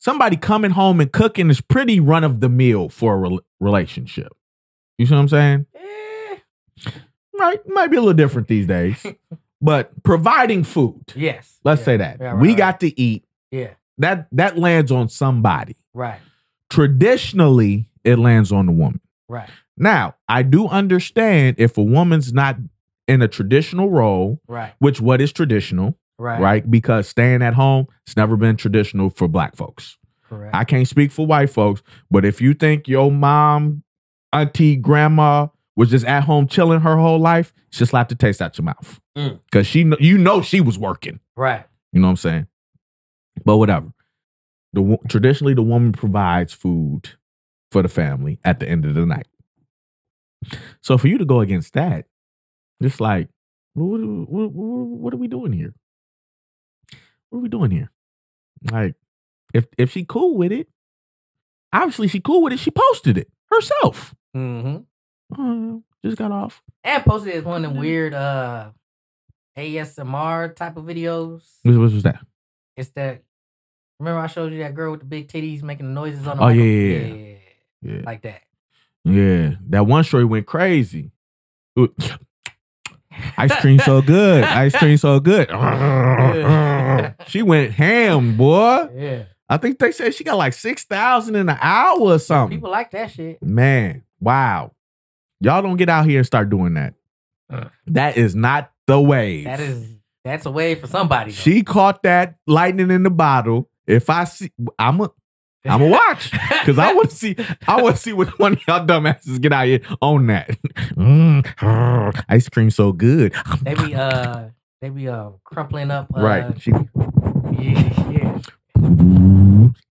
Somebody coming home and cooking is pretty run of the mill for a rel relationship. You see what I'm saying? Mm-hmm. Eh, Right? Might be a little different these days, but providing food. yes. Let's yeah, say that Yeah, right, we right. got to eat. Yeah. That that lands on somebody. Right. Traditionally, it lands on the woman. Right. Now, I do understand if a woman's not in a traditional role, Right. which what is traditional, Right. right? Because staying at home, it's never been traditional for black folks. Correct. I can't speak for white folks, but if you think your mom, auntie, grandma was just at home chilling her whole life, she'll slap the taste out your mouth. Mm. Cause she kn- you know she was working. right. You know what I'm saying? But whatever. The wo- traditionally the woman provides food for the family at the end of the night. So for you to go against that, it's like, what, what, what, what are we doing here? What are we doing here? Like, if if she cool with it, obviously she cool with it. She posted it herself. Mm-hmm. Uh, just got off. And posted it as one of Mm-hmm. them weird uh ASMR type of videos. What, what was that? It's that remember I showed you that girl with the big titties making the noises on the Oh, micro- yeah, yeah, yeah. Yeah. Like that. Yeah, that one story went crazy. Ooh, Ice cream so good. Ice cream so good. she went ham, boy. Yeah. I think they said she got like 6,000 in an hour or something. People like that shit. Man, wow. Y'all don't get out here and start doing that. Uh. That is not the way. That is that's a way for somebody. though. She caught that lightning in the bottle. If I see, I'm a, I'm a watch. Cause I want to see, I want to see which one of y'all dumbasses get out here on that. Mm, ice cream so good. they be uh they be uh crumpling up uh, right. She, Yeah, yeah.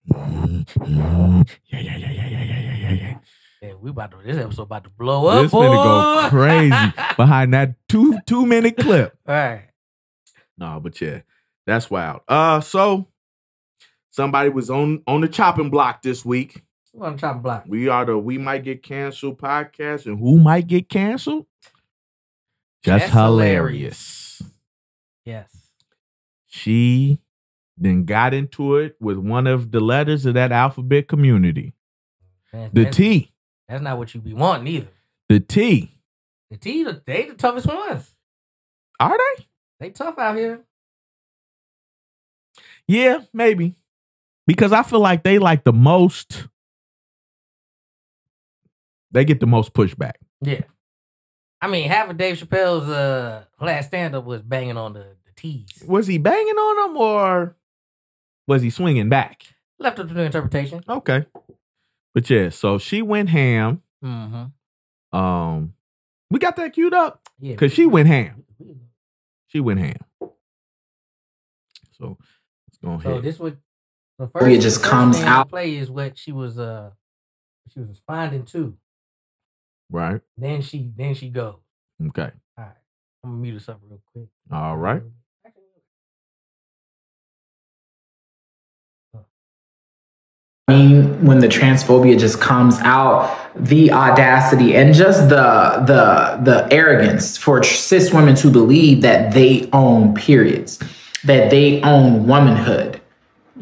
yeah, yeah, yeah, yeah, yeah, yeah, yeah, yeah, yeah. Yeah, we about to this episode about to blow up. This finna go boy. crazy. Behind that two two minute clip. All right. No, but yeah, that's wild. Uh, so somebody was on on the chopping block this week. We're on the chopping block. We are the We Might Get Canceled podcast, and who might get canceled? Just That's hilarious. Yes. She then got into it with one of the letters of that alphabet community. Man, The that's- T, That's not what you be wanting either. the T. The T, the- they the toughest ones. Are they? They tough out here. Yeah, maybe. Because I feel like they like the most. They get the most pushback. Yeah. I mean, half of Dave Chappelle's uh last stand up was banging on the, the T's. Was he banging on them or was he swinging back? Left up to the interpretation. Okay. But yeah, so she went ham. Mm-hmm. Um, we got that queued up Yeah. because she went ham. She went ham. So let's go So ahead. this was the it first just the first comes thing I out. Play is what she was uh she was responding to. right. Then she then she goes. Okay. All right. I'm gonna mute this up real quick. All right. I mean, when the transphobia just comes out, the audacity and just the the the arrogance for cis women to believe that they own periods, that they own womanhood.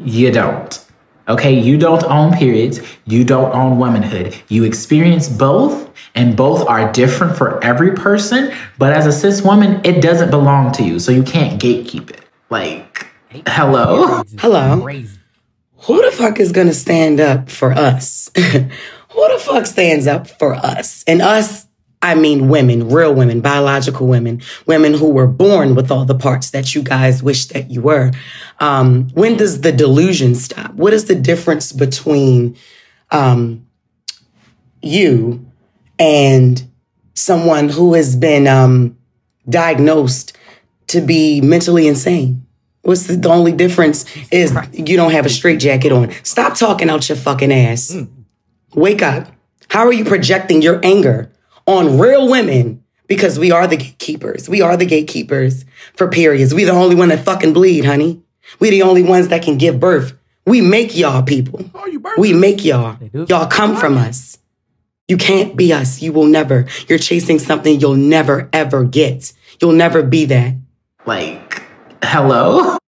You don't. Okay, you don't own periods, you don't own womanhood. You experience both, and both are different for every person, but as a cis woman, it doesn't belong to you, so you can't gatekeep it. Like, hello? It's Hello? Crazy. Who the fuck is gonna stand up for us? Who the fuck stands up for us? And us, I mean women, real women, biological women, women who were born with all the parts that you guys wish that you were. Um, when does the delusion stop? What is the difference between um, you and someone who has been um, diagnosed to be mentally insane? What's the, the only difference is you don't have a straight jacket on. Stop talking out your fucking ass. Wake up. How are you projecting your anger on real women? Because we are the gatekeepers. We are the gatekeepers for periods. We the only one that fucking bleed, honey. We the only ones that can give birth. We make y'all people. Oh, you burped. We make y'all. They do. Y'all come from us. You can't be us. You will never. You're chasing something you'll never ever get. You'll never be that. Like, hello?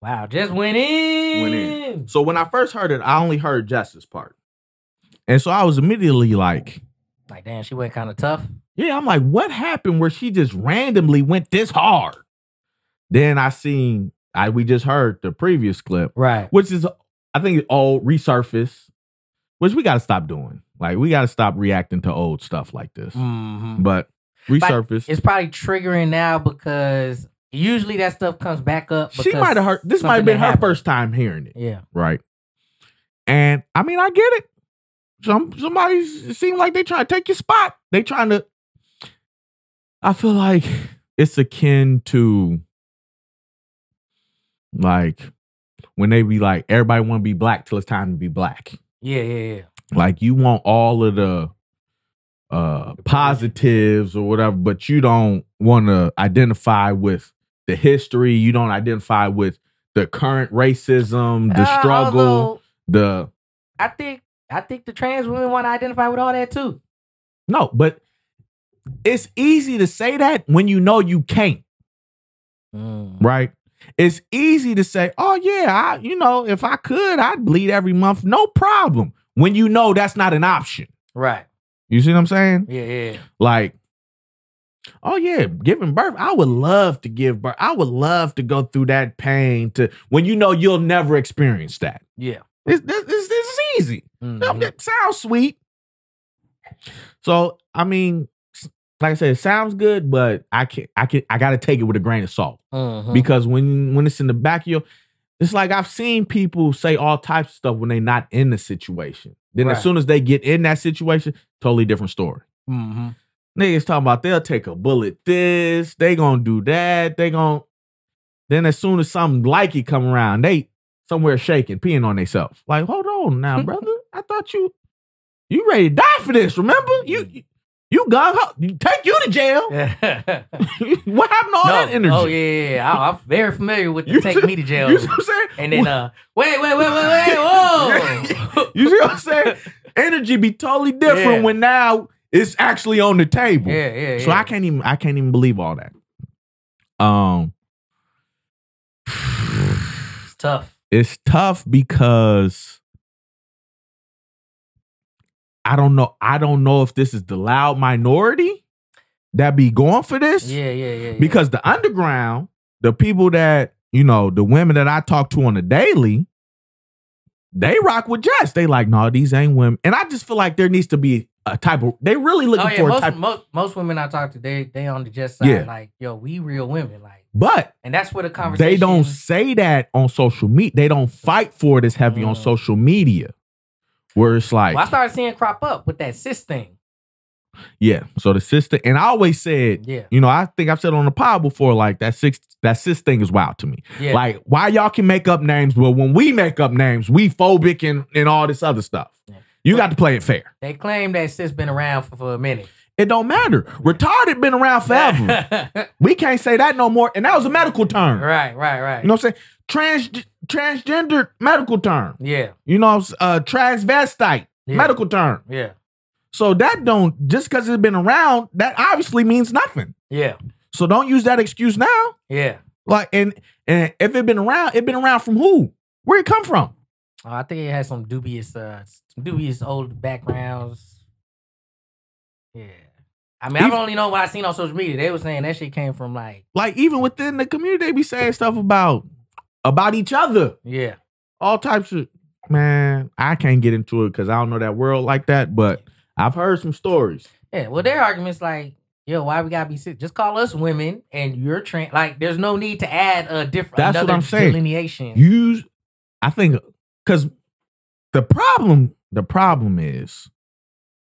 Wow, just went in. Went in. So when I first heard it, I only heard Jess's part. And so I was immediately like, Like damn, she went kind of tough. yeah, I'm like, what happened where she just randomly went this hard? Then I seen, I we just heard the previous clip, Right. which is I think all resurface, which we gotta stop doing. Like we gotta stop reacting to old stuff like this. Mm-hmm. But resurface. It's probably triggering now because usually that stuff comes back up. she because might have heard. This might have something been that her happened. first time hearing it, Yeah. right? And I mean, I get it. Some somebody it seemed like they trying to take your spot. They trying to. I feel like it's akin to like when they be like, everybody want to be black till it's time to be black. Yeah, yeah, yeah. Like you want all of the uh positives or whatever, but you don't want to identify with the history. You don't identify with the current racism, the Uh, struggle, although, the I think I think the trans women want to identify with all that too. no, but it's easy to say that when you know you can't, Mm. right? It's easy to say, oh yeah, I you know, if I could, I'd bleed every month, no problem. When you know that's not an option. Right. You see what I'm saying? Yeah, yeah. Like, oh yeah, giving birth. I would love to give birth. I would love to go through that pain to when you know you'll never experience that. Yeah. It's, this, this, this is easy. Mhm. That sounds sweet. So I mean, s- like I said, it sounds good, but I can I can I gotta take it with a grain of salt Mhm. because when when it's in the back of your it's like I've seen people say all types of stuff when they're not in the situation. Then Right. as soon as they get in that situation, totally different story. Mhm. Niggas talking about they'll take a bullet this, they gonna do that, they gonna then as soon as something like it come around, they somewhere shaking, peeing on themselves. Like, hold on now, brother. I thought you you ready to die for this, remember? Mm. You you gung ho you take you to jail. what happened to all that energy? Oh yeah, yeah, yeah. I, am very familiar with the You take see- me to jail. You see what I'm saying? Oh, and then uh wait, wait, wait, wait, wait, whoa. you see what I'm saying? Energy be totally different Yeah. when now it's actually on the table. yeah, yeah, yeah. So I can't even I can't even believe all that. Um it's tough. it's tough because I don't know I don't know if this is the loud minority that be going for this Yeah, yeah, yeah. yeah. because the underground, the people that, you know, the women that I talk to on the daily, they rock with Jess. They like, no, these ain't women. And I just feel like there needs to be a type of they really looking oh, yeah, for a most, type most most women I talk to, they they on the just side, Yeah. like, yo, we real women, like, but and that's where the conversation. they don't say that on social media. They don't fight for it as heavy on Mm. social media, where it's like, Well, I started seeing crop up with that cis thing. yeah. So the sister, and I always said, Yeah, you know, I think I've said on the pod before, like that six, that sis thing is wild to me. yeah, Like, why y'all can make up names, but when we make up names, we phobic and and all this other stuff. Yeah. You got to play it fair. they claim that cis been around for, for a minute. It don't matter. Retarded been around forever. right, we can't say that no more. And that was a medical term. right, right. You know what I'm saying? Trans transgender medical term. yeah, You know, uh, transvestite Yeah. medical term. yeah, So that don't just because it's been around, that obviously means nothing. yeah, So don't use that excuse now. yeah. Like and and if it been around, it been around from who? Where it come from? Oh, I think it had some dubious, uh, some dubious old backgrounds. Yeah, I mean, Even- I only know what I seen on social media. They were saying that shit came from like, Like even within the community, they be saying stuff about about each other, yeah, all types of man. I can't get into it because I don't know that world like that, but I've heard some stories. yeah. Well, their argument's like, yo, why we gotta be cis? Just call us women, and you're trans. Like, there's no need to add a different That's what another I'm saying. delineation. use i think because the problem the problem is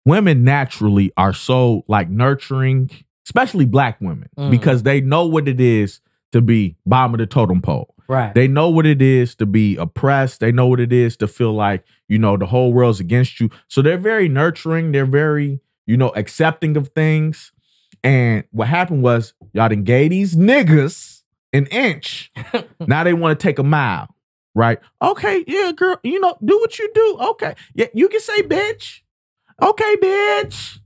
women naturally are so like nurturing especially black women Mm. because they know what it is to be bottom of the totem pole right. they know what it is to be oppressed they know what it is to feel like you know the whole world's against you so they're very nurturing they're very you know accepting of things and what happened was y'all done gave these niggas an inch now they want to take a mile, right? Okay, yeah, girl, you know, do what you do. Okay, yeah, you can say bitch. Okay, bitch.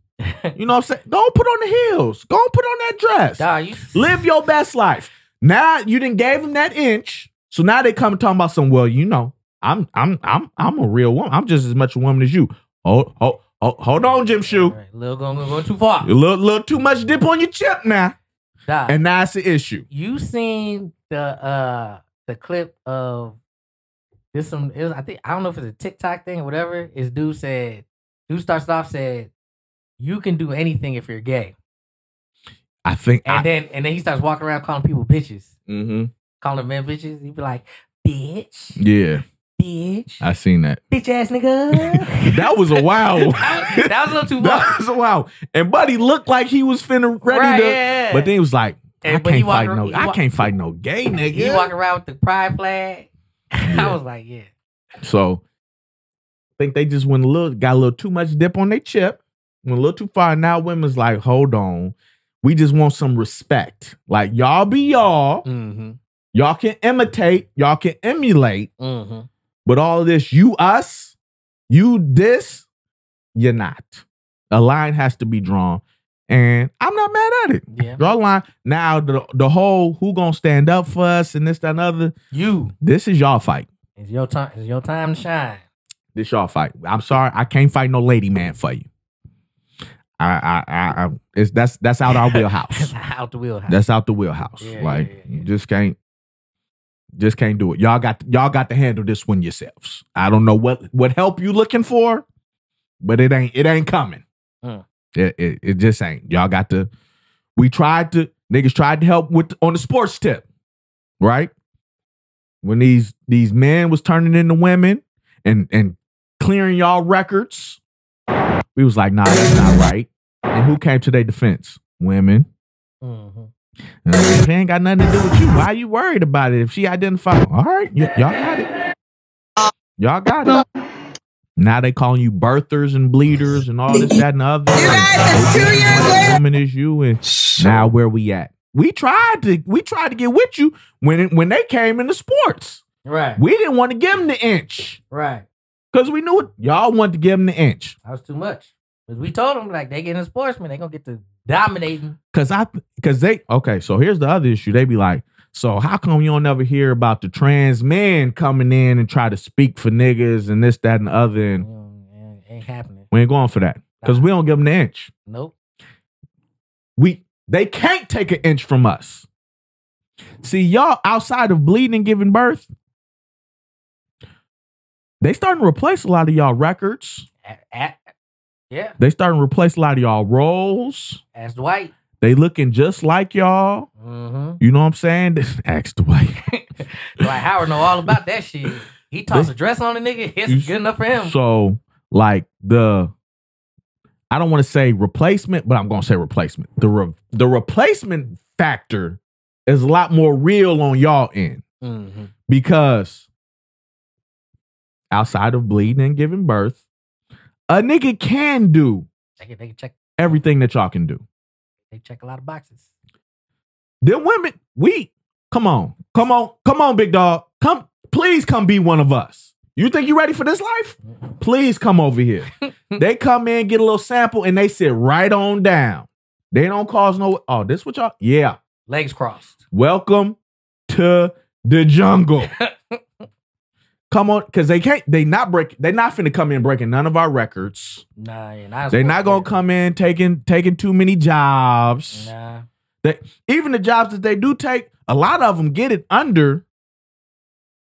You know what I'm saying? Go put on the heels. Go put on that dress. Dog, you Live your best life. Now you didn't gave them that inch, so now they come talking about some. Well, you know, I'm I'm I'm I'm a real woman. I'm just as much a woman as you. Oh oh oh, hold on, Jim Shoe. Right, Lil going to go too far. A little little too much dip on your chip now, Dog, and now it's an issue. you seen the uh the clip of this some it was, I think I don't know if it's a TikTok thing or whatever. Is dude said dude starts off said you can do anything if you're gay. I think And I, then and then he starts walking around calling people bitches. mm-hmm. Calling men bitches. He'd be like, bitch, Yeah, bitch, I seen that. bitch ass nigga. That was a wow. that, was, that was a little too that far. was a wow. And Buddy looked like he was finna ready Right, to, yeah, yeah. but then he was like, And- I but he can't walking fight ar- no, he I wa- can't fight no gay nigga. he walking around with the pride flag. Yeah. I was like, yeah. So I think they just went a little, got a little too much dip on their chip, went a little too far. Now women's like, hold on, we just want some respect. Like y'all be y'all, Mm-hmm. y'all can imitate, y'all can emulate, Mm-hmm. but all of this, you us, you this, you're not. A line has to be drawn, and I'm not mad at it. Yeah. Draw a line. Now the the whole who gonna stand up for us and this that and other. You. This is y'all fight. It's your time. It's your time to shine. This y'all fight. I'm sorry, I can't fight no lady man for you. I, I, I, I it's that's that's out our wheelhouse. out the wheelhouse. That's out the wheelhouse. Yeah, like yeah, yeah, you yeah. just can't, just can't do it. Y'all got y'all got to handle this one yourselves. I don't know what what help you looking for, but it ain't it ain't coming. Mm. It, it it just ain't. Y'all got to. We tried to niggas tried to help with on the sports tip, right? When these these men was turning into women and and clearing y'all records, we was like, nah, that's not right. And who came to their defense? Women. mm-hmm. And I'm like, It ain't got nothing to do with you. Why are you worried about it? If she identified, all right, y- y'all got it. Y'all got it. Now they calling you birthers and bleeders and all this, that, and the other. You guys, it's two years later. Woman is you, and now where we at? We tried to, we tried to get with you when it, when they came into sports. Right. We didn't want to give them the inch Right. because we knew it. Y'all wanted to give them the inch That was too much. Because we told them like they getting a sportsman, they gonna get to dominating. because I because they okay. So here's the other issue. They be like, so how come you don't ever hear about the trans men coming in and try to speak for niggas and this that and the other? And Mm, ain't happening. we ain't going for that because we don't give them the inch. Nope. We they can't take an inch from us. See, y'all outside of bleeding and giving birth, they starting to replace a lot of y'all records. A- a- yeah. They starting to replace a lot of y'all roles. As Dwight. They looking just like y'all. Mm-hmm. You know what I'm saying? Ask the way. Dwight Howard know all about that shit. He toss a dress on a nigga. You- It's good enough for him. So, like the, I don't want to say replacement, but I'm gonna say replacement. The re, the replacement factor is a lot more real on y'all end mm-hmm. because outside of bleeding and giving birth, a nigga can do Check it. They can check. everything that y'all can do. They check a lot of boxes. Then women, we come on, come on, come on, big dog, come, please come be one of us. You think you ready for this life? Mm. please come over here. they come in, get a little sample, and they sit right on down. They don't cause no. Oh, this what y'all? Yeah. Legs crossed. Welcome to the jungle. come on, because they can't. They not break. They not finna come in breaking none of our records. Nah, yeah, nah, They not gonna come in taking taking too many jobs. Nah. Even the jobs that they do take, a lot of them get it under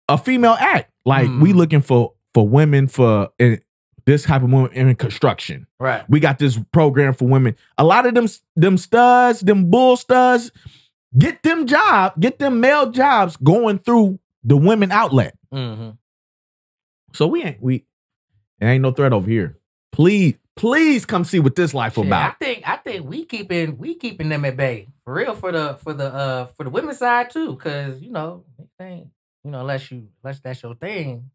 a female act. Like Hmm. we looking for for women for in, this type of woman in construction. Right. We got this program for women. A lot of them them studs, them bull studs, get them job, get them male jobs going through the women outlet. Mm-hmm. So we ain't we it ain't no threat over here. Please, please come see what this life Shit, about. I think I think we keeping we keeping them at bay for real for the for the uh for the women's side too, cause you know they ain't you know unless you unless that's your thing,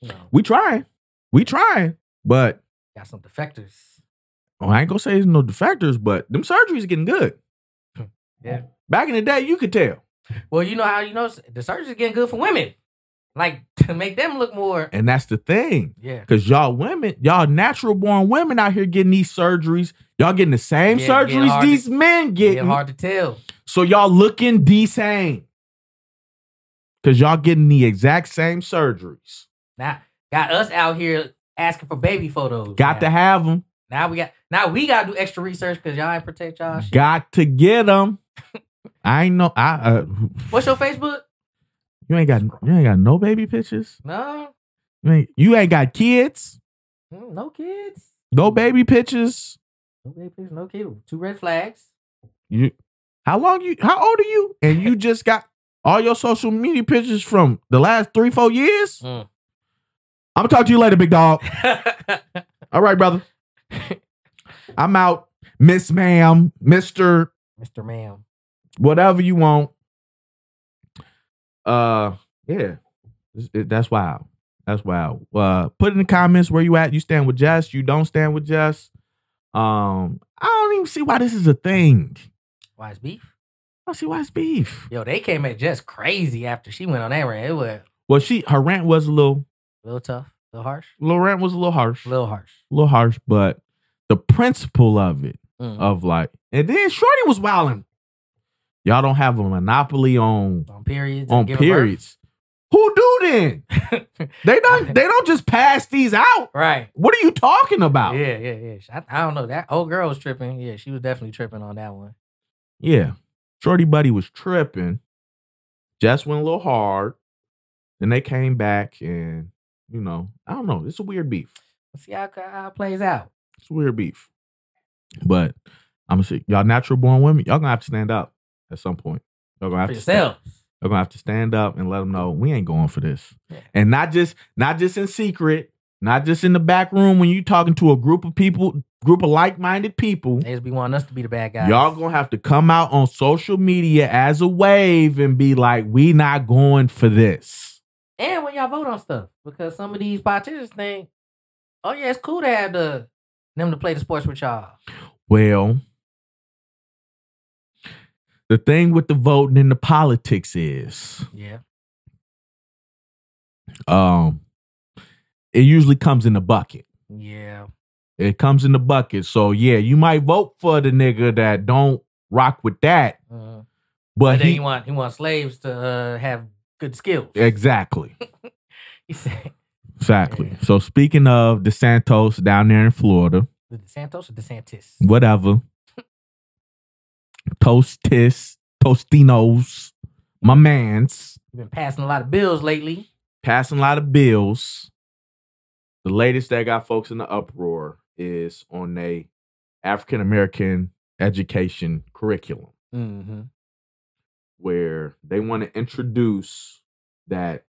you know We trying. We trying. But got some defectors. well, I ain't gonna say there's no defectors, but them surgeries getting good. Yeah. Back in the day, you could tell. Well, you know how you know s- the surgery's getting good for women, like to make them look more. And that's the thing. Yeah, Cause y'all women, y'all natural born women out here getting these surgeries. Y'all getting the same Yeah, getting surgeries hard to- these men yeah, getting. hard to tell. So y'all looking the same. Cause y'all getting the exact same surgeries. Now got us out here asking for baby photos. Got to now. have them. now we got now we got to do extra research because y'all ain't protect y'all. Oh, Shit. Got to get them. I ain't know. I uh, What's your Facebook? you ain't got you ain't got no baby pictures. No, You ain't, you ain't got kids. Mm, no kids. Mm-hmm. No baby pictures. No baby pictures, no kid. Two red flags. You how long you how old are you? And you just got all your social media pictures from the last three, four years? Mm. I'm gonna talk to you later, big dog. All right, brother. I'm out. Miss ma'am, Mr. Mr. Ma'am. Whatever you want. Uh yeah. It's- it- That's wild. That's wild. Uh put in the comments where you at. You stand with Jess, you don't stand with Jess. Um, I don't even see why this is a thing. Why is beef? I don't see why it's beef. Yo, they came at Jess crazy after she went on that rant. It was a Well, she her rant was a little little tough, a little harsh, little rant was a little harsh. a little harsh. little harsh, but the principle of it, Mm. of like, and then Shorty was wilding. Y'all don't have a monopoly on on periods. and on giving birth. periods. Who do then? They don't they don't just pass these out. right. What are you talking about? Yeah, yeah, yeah. I, I don't know. That old girl was tripping. Yeah, she was definitely tripping on that one. Yeah. Shorty Buddy was tripping. Just went a little hard. Then they came back and, you know, I don't know. It's a weird beef. Let's see how, how it plays out. It's weird beef. But I'm gonna say, y'all natural born women, y'all gonna have to stand up at some point. Y'all gonna have For to stand- yourself. You're gonna have to stand up and let them know we ain't going for this. Yeah. And not just not just in secret, not just in the back room when you talking to a group of people, group of like-minded people. They just be wanting us to be the bad guys. Y'all gonna have to come out on social media as a wave and be like, we not going for this. and when y'all vote on stuff, because some of these politicians think, oh yeah, it's cool to have the them to play the sports with y'all. Well, the thing with the voting and the politics is Yeah, um it usually comes in a bucket. yeah, It comes in the bucket. So yeah, you might vote for the nigga that don't rock with that, uh, but, but then he you want you want slaves to uh, have good skills. exactly, He said exactly. Yeah. So speaking of DeSantos down there in Florida, the DeSantos or DeSantis. whatever, Toastis, Tostinos, my man's You've been passing a lot of bills lately. passing a lot of bills. The latest that got folks in the uproar is on a African American education curriculum. Mm-hmm. where they want to introduce that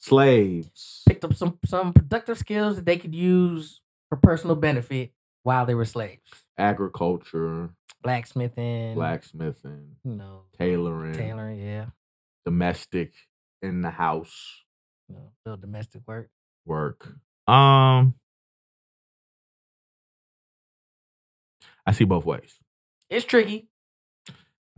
slaves Picked up some some productive skills that they could use for personal benefit while they were slaves. agriculture Blacksmithing, blacksmithing you know, tailoring tailoring, yeah, domestic in the house you know, little domestic work. work um i see both ways It's tricky.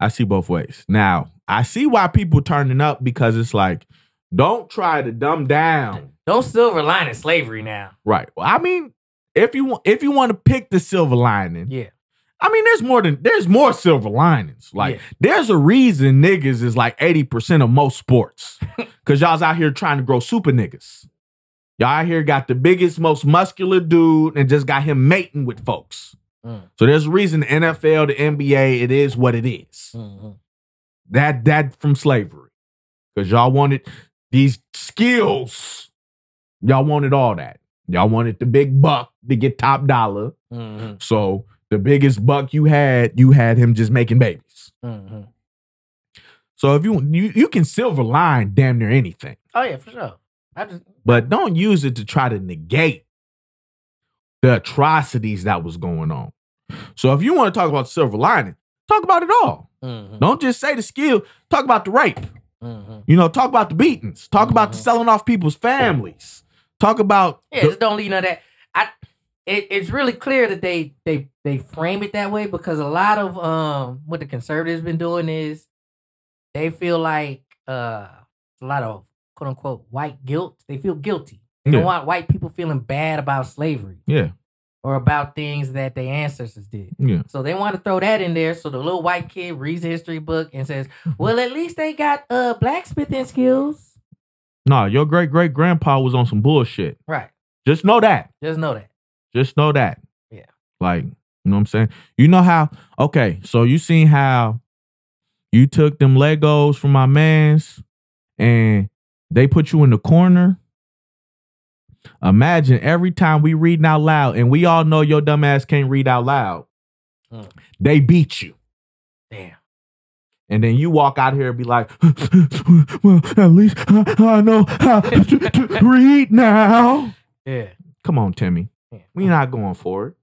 i see both ways now i see why people turning up because it's like don't try to dumb down Don't silver lining slavery now. right well, i mean if you want if you want to pick the silver lining Yeah, I mean, there's more than there's more silver linings. Like, Yeah. there's a reason niggas is like 80% of most sports. Cause y'all's out here trying to grow super niggas. Y'all out here got the biggest, most muscular dude and just got him mating with folks. Mm. So there's a reason the NFL, the NBA, it is what it is. Mhm. That that from slavery. Cause y'all wanted these skills. Y'all wanted all that. Y'all wanted the big buck to get top dollar. Mm-hmm. Mhm. So the biggest buck you had, you had him just making babies. Mhm. So if you you, you can silver line damn near anything, Oh yeah, for sure. I just but don't use it to try to negate the atrocities that was going on. So if you want to talk about silver lining, talk about it all. Mhm. Don't just say the skill. Talk about the rape. Mhm. You know, talk about the beatings. Talk about the Mhm. selling off people's families. Talk about yeah, the- just don't leave none of that. I it, it's really clear that they they they frame it that way because a lot of um what the conservatives been doing is they feel like uh a lot of quote unquote white guilt. They feel guilty. They Yeah. don't want white people feeling bad about slavery yeah, or about things that their ancestors did. yeah, So they want to throw that in there. So the little white kid reads the history book and says, Mm-hmm. "Well, at least they got uh blacksmithing skills." nah. Your great great grandpa was on some bullshit. Right. Just know that. Just know that. Just know that. Yeah. Like, you know what I'm saying? You know how, okay, so you seen how you took them Legos from my man's and they put you in the corner. Imagine every time we reading out loud, and we all know your dumb ass can't read out loud. Mm. They beat you. Damn. And then you walk out here and be like, well, at least I, I know how to, to read now. Yeah. Come on, Timmy. yeah. we not going for it.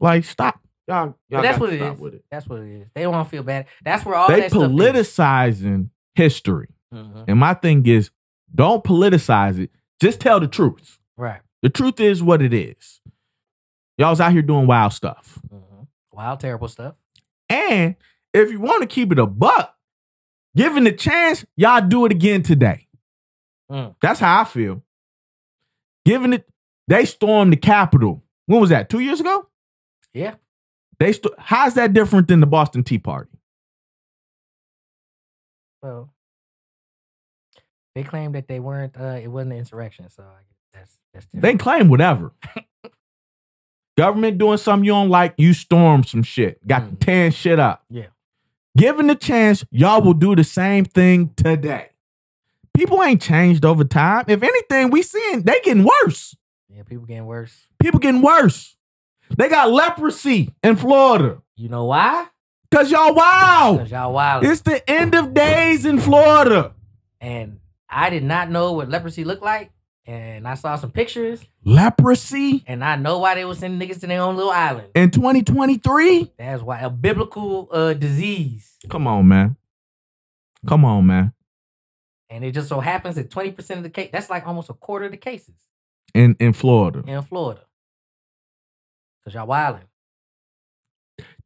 Like, stop. Y'all, y'all But that's gotta what it stop is. with it. That's what it is. They don't feel bad. That's where all They that stuff politicizing history. is. Mhm. And my thing is, don't politicize it. Just tell the truth. Right. The truth is what it is. Y'all's out here doing wild stuff. hmm Wild, terrible stuff. And if you want to keep it a buck, given the chance, y'all do it again today. Mm. That's how I feel. Given it, they stormed the Capitol. When was that? Two years ago? Yeah. They sto- how's that different than the Boston Tea Party? Well, they claimed that they weren't. Uh, it wasn't an insurrection. So I guess that's that's. They Different. claim whatever. Government doing something you don't like, you storm some shit. Got Mhm. to tear shit up. Yeah. Given the chance, y'all will do the same thing today. People ain't changed over time. If anything, we seeing they getting worse. yeah, people getting worse. People getting worse. They got leprosy in Florida. You know why? Cause y'all wow. Because y'all wild. It's the end of days in Florida. and I did not know what leprosy looked like. And I saw some pictures, Leprosy and I know why they were sending niggas to their own little island. in 2023? That's why a biblical uh, disease, Come on, man. Come on, man. and it just so happens that twenty percent of the case. That's like almost a quarter of the cases In in Florida. in Florida. Cause y'all wilding.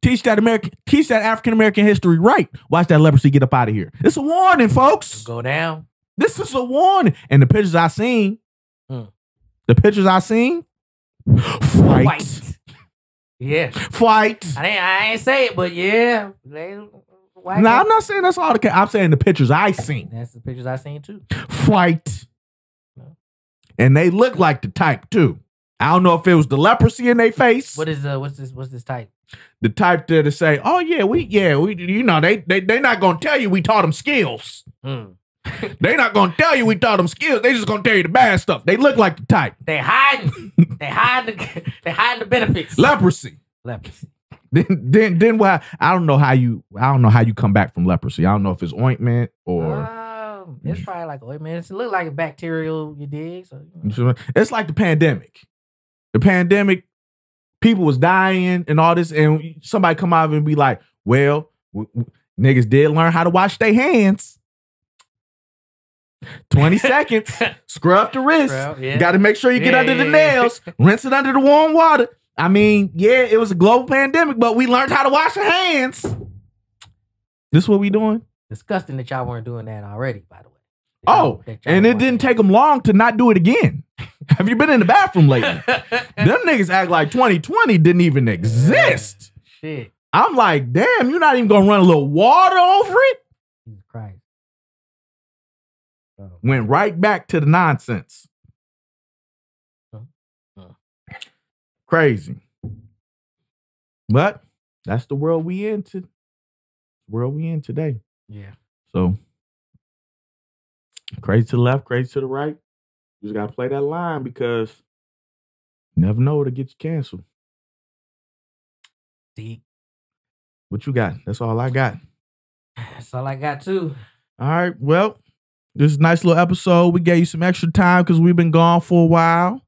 Teach that American, teach that African American history right. Watch that leprosy get up out of here. It's a warning, folks. Go down. This is a warning. And the pictures I seen, Hmm. the pictures I seen, fight, fight, White. Yeah. I didn't, I ain't say it, but yeah. They, white Now I'm not saying that's all the. Ca- I'm saying the pictures I seen, That's the pictures I seen too. fight, No. and they look like the type too. I don't know if it was the leprosy in their face, What is uh what's this what's this type? the type there to say, "Oh yeah, we yeah we you know they they they not gonna tell you we taught them skills." Hmm. They not gonna tell you we taught them skills. They just gonna tell you the bad stuff. They look like the type. They hiding. they hide the they hide the benefits. Leprosy. Leprosy. Then then then why I don't know how you I don't know how you come back from leprosy. I don't know if it's ointment or Um, it's probably like ointment. It look like a bacterial, you dig? So, you know. it's like the pandemic. The pandemic, people was dying and all this, and somebody come out and be like, well, w- w- niggas did learn how to wash their hands. 20 seconds, scrub the wrist. Well, yeah. Got to make sure you get Yeah, under the yeah, yeah. nails, rinse it under the warm water. I mean, yeah, it was a global pandemic, but we learned how to wash our hands. This what we doing? Disgusting that y'all weren't doing that already, by the way. Oh, That y'all And it weren't didn't doing take them long to not do it again. Have you been in the bathroom lately? that. Them niggas act like 2020 didn't even exist. Shit. I'm like, damn, you're not even gonna run a little water over it. Jesus Christ. Oh. Went right back to the nonsense. Crazy. But that's the world we in to world we in today. Yeah. So crazy to the left, crazy to the right. You just gotta play that line because you never know it'll get you canceled. Deep. What you got? That's all I got. That's all I got too. All right. Well, this is a nice little episode. We gave you some extra time because we've been gone for a while.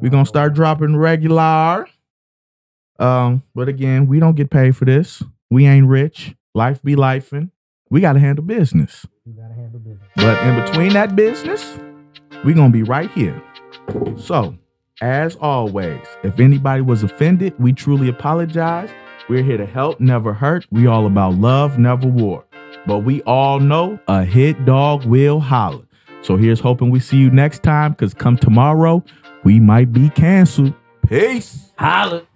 We're gonna start dropping regular. Um, but again, we don't get paid for this. We ain't rich. Life be lifing. We gotta handle business. You gotta handle business. But in between that business, we're going to be right here. So, as always, if anybody was offended, we truly apologize. We're here to help, never hurt. We all about love, never war. But we all know a hit dog will holler. So here's hoping we see you next time because come tomorrow, we might be canceled. Peace. Holla.